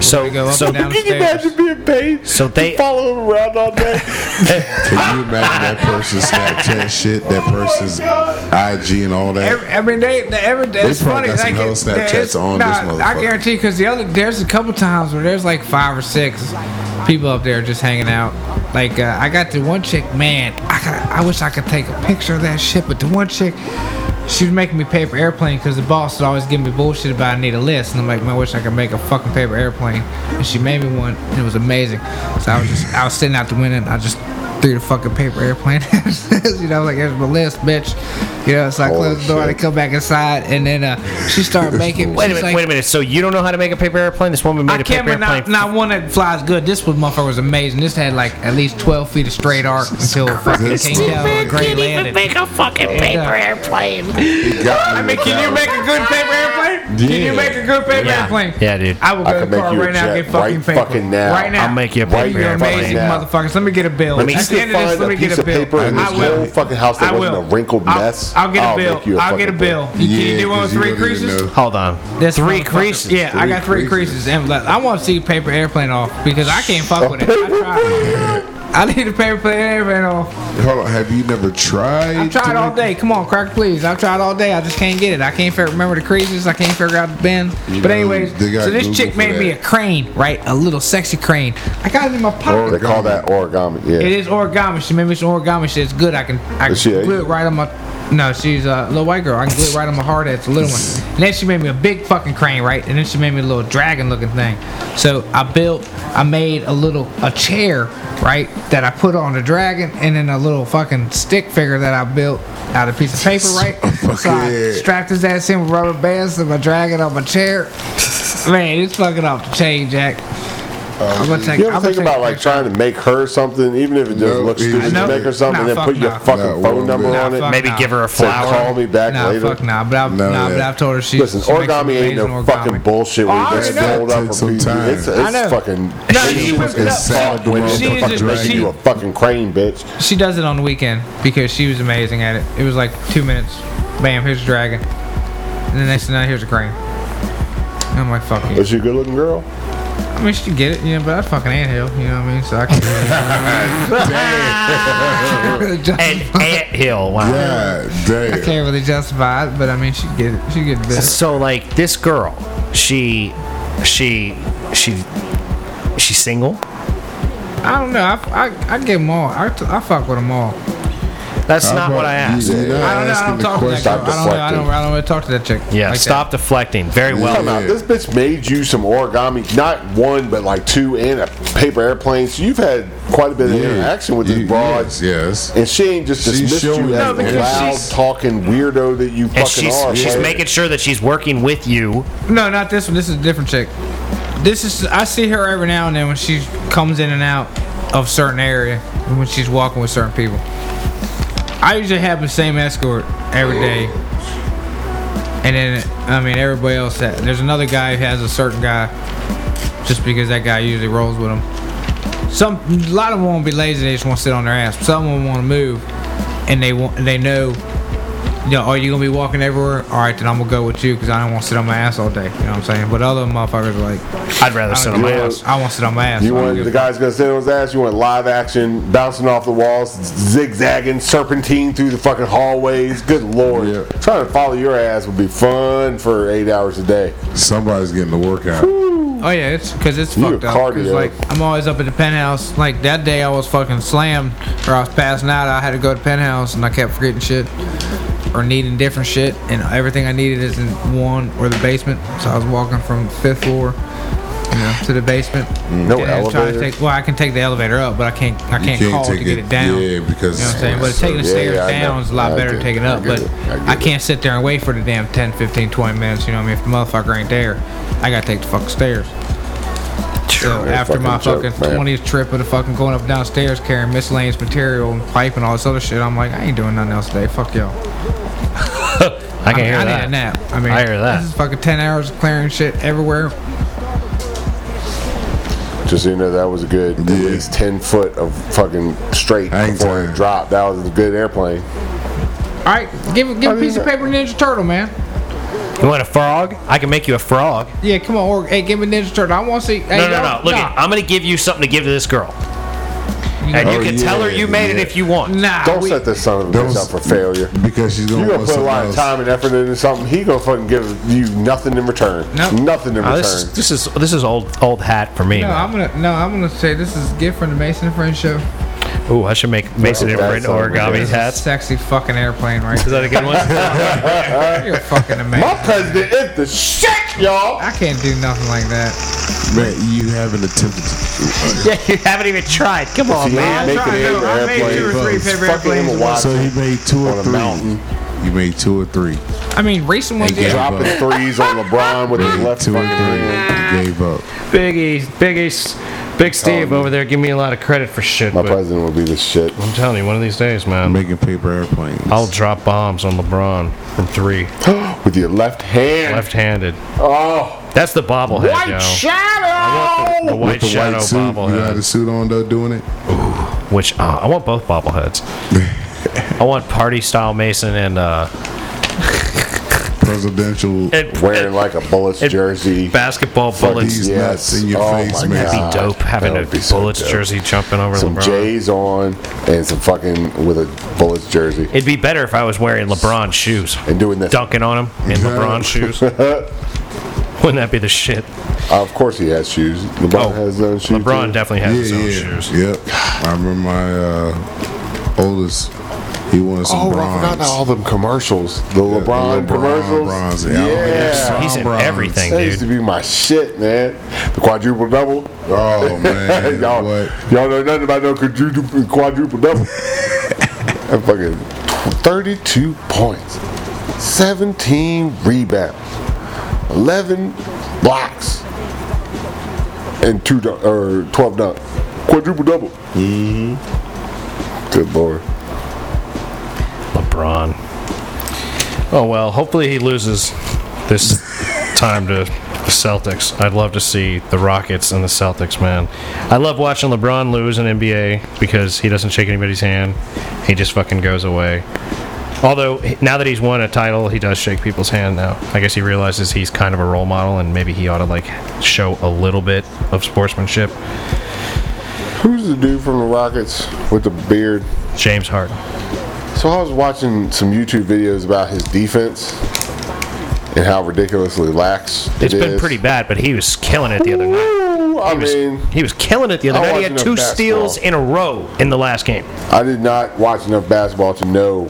So "We go up so and down the Can you stairs." imagine being paid So they- to follow him around all day? Can you imagine that Oh, person's Snapchat shit, that person's IG and all that? Every, I mean, they, they every day. They It's funny. probably got I some get- hella Snapchats it's- on nah, this I motherfucker. guarantee because the other there's a couple times where there's like five or six people up there just hanging out. Like uh, I got the one chick, man. I got, I wish I could take a picture of that shit, but the one chick. She was making me paper airplane because the boss is always giving me bullshit about I need a list, and I'm like, man, I wish I could make a fucking paper airplane. And she made me one, and it was amazing. So I was just, I was sitting out the window, and I just threw the fucking paper airplane. you know, like there's my list, bitch. You know, so I Oh, closed the door and I shit. come back inside, and then uh, she started making. Wait a she's minute, like, wait a minute. So you don't know how to make a paper airplane? This woman made I a can't paper remember airplane. not, not one that flies good. This was motherfucker was amazing. This had like at least twelve feet of straight arc until it fucking Christ. came down with a great landing. make a fucking paper airplane. I mean, Can you make a good paper airplane? Can Yeah. you make a good paper Yeah. airplane? Yeah, dude. I will go I to can the make car you a right now and jet get fucking right paper. fucking now. Right now. I'll make you a Right paper You're here, airplane. amazing, now. motherfuckers. Let me get a bill. Let me- At You the could end of this, find let a me get piece a of bill. paper in I this will. whole fucking house that I wasn't will. a wrinkled I'll- mess. I'll get a I'll make you bill. a I'll get a fucking bill. bill. You Yeah, can do one with 'cause you three don't even creases. know. Hold on. This Three motherfucker- creases. Yeah, I got three Three creases. creases. And look, I want to see paper airplane off because I can't fuck with it. I tried. I need a paper airplane off. Hold on, have you never tried? I tried to all make- day. Come on, crack, please. I've tried all day. I just can't get it. I can't fi- remember the creases. I can't figure out the bend. You But know, anyways, they got so this Google chick for made me a that. crane, right? A little sexy crane. I got it in my pocket. They call that origami. Yeah. It is origami. She made me some origami shit. It's good. I can I can Is she glue it Asian? right on my. No, she's a little white girl. I can glue it right on my hard hat. It's a little one. And then she made me a big fucking crane, right? And then she made me a little dragon looking thing. So I built, I made a little a chair, right? That I put on the dragon, and then a little fucking stick figure that I built out of a piece of paper, right? so I Yeah. strapped his ass in with rubber bands to my dragon on my chair. Man, it's fucking off the chain, Jack. I'm gonna take. Oh, You ever I'm think gonna about take- like trying to make her something, even if it just No, looks it- stupid No, to make her something, nah, and then fuck put your nah. fucking Nah, phone one number bit. on Nah, it? fuck Maybe nah. give her a Say, flower. call me back Nah, later. fuck nah, but I've, No, nah, yeah. but I've told her she. Listen, she makes some origami ain't amazing no fucking origami. bullshit where I you just already fold know. up Takes a some piece. time. It's, I it's know. fucking. No, she She whipped it up. Fuck, when she she is fucking just- make she- you a fucking crane, bitch. She does it on the weekend because she was amazing at it. It was like two minutes. Bam, here's a dragon. And the next thing I know, here's a crane. And I'm like, fuck you. Is she a good looking girl? I mean, she could get it, you know, but I fucking anthill, you know what I mean? So I can really An justify, ant hill. Wow. God damn. can't really justify it, but I mean, she could get it. She could get it. So like this girl, she, she, she, she's single. I don't know. I, I, I get them all. I, I fuck with them all. That's Uh-huh. not what I asked. You're not I don't know. I asking don't the talk to that question. girl. I don't know. I don't, I don't really talk to that chick. Yeah. like stop deflecting. Very Come well. out. Yeah. This bitch made you some origami, not one, but like two and a paper airplane. So you've had quite a bit of Yeah. interaction with this You- broad. Yes. yes. And she ain't just She's dismissed showing you you. No, as a because loud she's- talking weirdo that you fucking And she's are. she's player. making sure that she's working with you. That. No, not this one. This is a different chick. This is. I see her every now and then when she comes in and out of certain area and when she's walking with certain people. I usually have the same escort every day. And then, I mean, everybody else. That, there's another guy who has a certain guy, just because that guy usually rolls with him. Some, a lot of them won't be lazy. They just want to sit on their ass. Some of them want to move, and they want, they know, you know, are you gonna be walking everywhere? All right, then I'm gonna go with you because I don't want to sit on my ass all day. You know what I'm saying? But other motherfuckers are like, I'd rather I sit don't on my give a ass. fuck. I want to sit on my ass. You I don't want give the a fuck. guy's gonna sit on his ass. You want live action, bouncing off the walls, zigzagging, serpentine through the fucking hallways. Good lord, Yeah. trying to follow your ass would be fun for eight hours a day. Somebody's getting the workout. Oh yeah, it's because it's You fucked a up. 'Cause, cardio. like I'm always up at the penthouse. Like that day, I was fucking slammed, or I was passing out. I had to go to penthouse, and I kept forgetting shit, or needing different shit, and everything I needed is in one or the basement. So I was walking from fifth floor. You know, to the basement. No And I was trying to elevator? take, well, I can take the elevator up, but I can't. I You can't, can't call to take get it- it down. yeah, because- you know what I'm saying. But so- taking the yeah, stairs yeah, I know. down is a lot I better than get taking it. up. I But get it. I get I it. can't sit there and wait for the damn 10, 15, 20 minutes. You know what I mean? If the motherfucker ain't there, I gotta take the fucking stairs. So You're a after my fucking fucking joke, man. twentieth trip of the fucking going up downstairs carrying miscellaneous material and pipe and all this other shit, I'm like, I ain't doing nothing else today. Fuck y'all. I can I, mean, hear I that. need a nap. I mean, I hear that. This is fucking ten hours of clearing shit everywhere. Just so you know, that was a good at Yeah. least ten foot of fucking straight I ain't before tired. it dropped. That was a good airplane. All right, give give a piece of paper to Ninja Turtle, man. You want a frog? I can make you a frog. Yeah, come on, or hey, give me Ninja Turtle. I want to see. Hey, No, no, no. y'all- Look, nah. it, I'm gonna give you something to give to this girl, You and know- you Oh, can tell her yeah, you made it yeah. if you want. nah, Don't we- set this son of a Don't- bitch up for failure. Because she's You're gonna, gonna want put a lot of something else. time and effort into something. He gonna fucking give you nothing in return. Nope. Nothing in Oh, return. this is this is this is old old hat for me. No, I'm gonna no, I'm gonna say this is a gift from the Mason and Friends show. Ooh, I should make Mason and That's Britton all we origami got. hats. Sexy fucking airplane, right? Is that a good one? You're fucking amazing. My president is the shit, y'all. I can't do nothing like that. Man, you haven't attempted. To, yeah, you haven't even tried. Come on, See, Oh, man. I'm making trying to it do- in the I made airplane. two or three Fucking paper Fucking airplanes. Emma Watson. so he made two On or a three. mountain. You made two or three. I mean, recent ones. Hey, yeah. Gab. dropping threes on LeBron with his Made left two fucking or hand. three. You gave up. Big East, Big East, Big Steve over there. Give me a lot of credit for shit. My but president will be the shit. I'm telling you, one of these days, I'm man, making paper airplanes. I'll drop bombs on LeBron from three, With your left hand. left-handed. Oh, That's the bobblehead, white yo. shadow. The With white the shadow white suit, you had a bobblehead. suit on though, doing it. Which uh, I want both bobbleheads. I want party style Mason and uh, Presidential. and, Wearing like a Bullets It- jersey. basketball bullets. these That'd yes. nuts in your Oh face, my man. God. be dope having That a would be so bullets dope. jersey jumping over Some LeBron. J's on and some fucking with a Bullets jersey. It'd be better if I was wearing LeBron shoes And doing this. dunking on him in Yeah. LeBron shoes. Wouldn't that be the shit? Uh, of course he has shoes. LeBron Oh, has his own shoes. LeBron too. definitely has his Yeah, own yeah. shoes. Yep. I remember my uh, oldest. He wanted some Oh, I bronze. forgot about all them commercials. The LeBron, LeBron commercials. bronze, yeah. yeah. He's in LeBron's. everything, That used dude. to be my shit, man. The quadruple double. Oh man, y'all, what? y'all know nothing about no quadruple, quadruple double. that fucking 32 points, 17 rebounds, 11 blocks, and two dunk, or twelve dunk, quadruple double. Mm-hmm. Good lord. LeBron. Oh well, hopefully he loses this time to the Celtics. I'd love to see the Rockets and the Celtics, man. I love watching LeBron lose in NBA because he doesn't shake anybody's hand. He just fucking goes away. Although now that he's won a title, he does shake people's hand now. I guess he realizes he's kind of a role model and maybe he ought to like show a little bit of sportsmanship. Who's the dude from the Rockets with the beard? James Harden. So I was watching some YouTube videos about his defense and how ridiculously lax it It's been is. pretty bad, but he was killing it the other night. Ooh, I He was, mean, he was killing it the other I night. He watched had enough two basketball. steals in a row in the last game. I did not watch enough basketball to know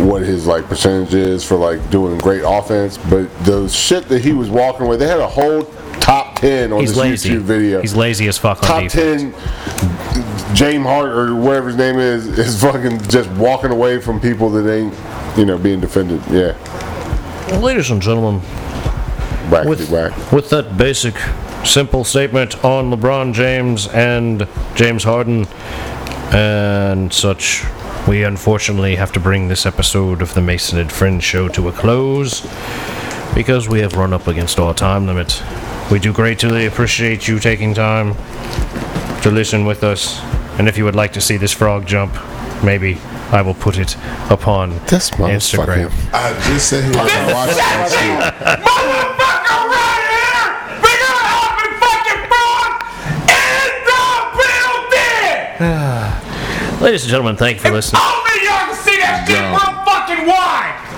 what his like percentage is for like doing great offense, but the shit that he was walking with, they had a whole top ten on He's this lazy. YouTube video. He's lazy as fuck on top defense. ten. James Hart or whatever his name is is fucking just walking away from people that ain't you know being defended. Yeah, Ladies and gentlemen, back with, to back. with that basic, simple statement on LeBron James and James Harden and such, we unfortunately have to bring this episode of the Mason and Friends show to a close because we have run up against our time limit. We do greatly appreciate you taking time to listen with us, and if you would like to see this frog jump, maybe I will put it upon This Instagram. motherfucker. I just said he was gonna watch that shit. Motherfucker right here! Big old hopping fucking frog in the building! Ladies and gentlemen, thank you for listening. Only y'all can see that shit Yo. real fucking wide!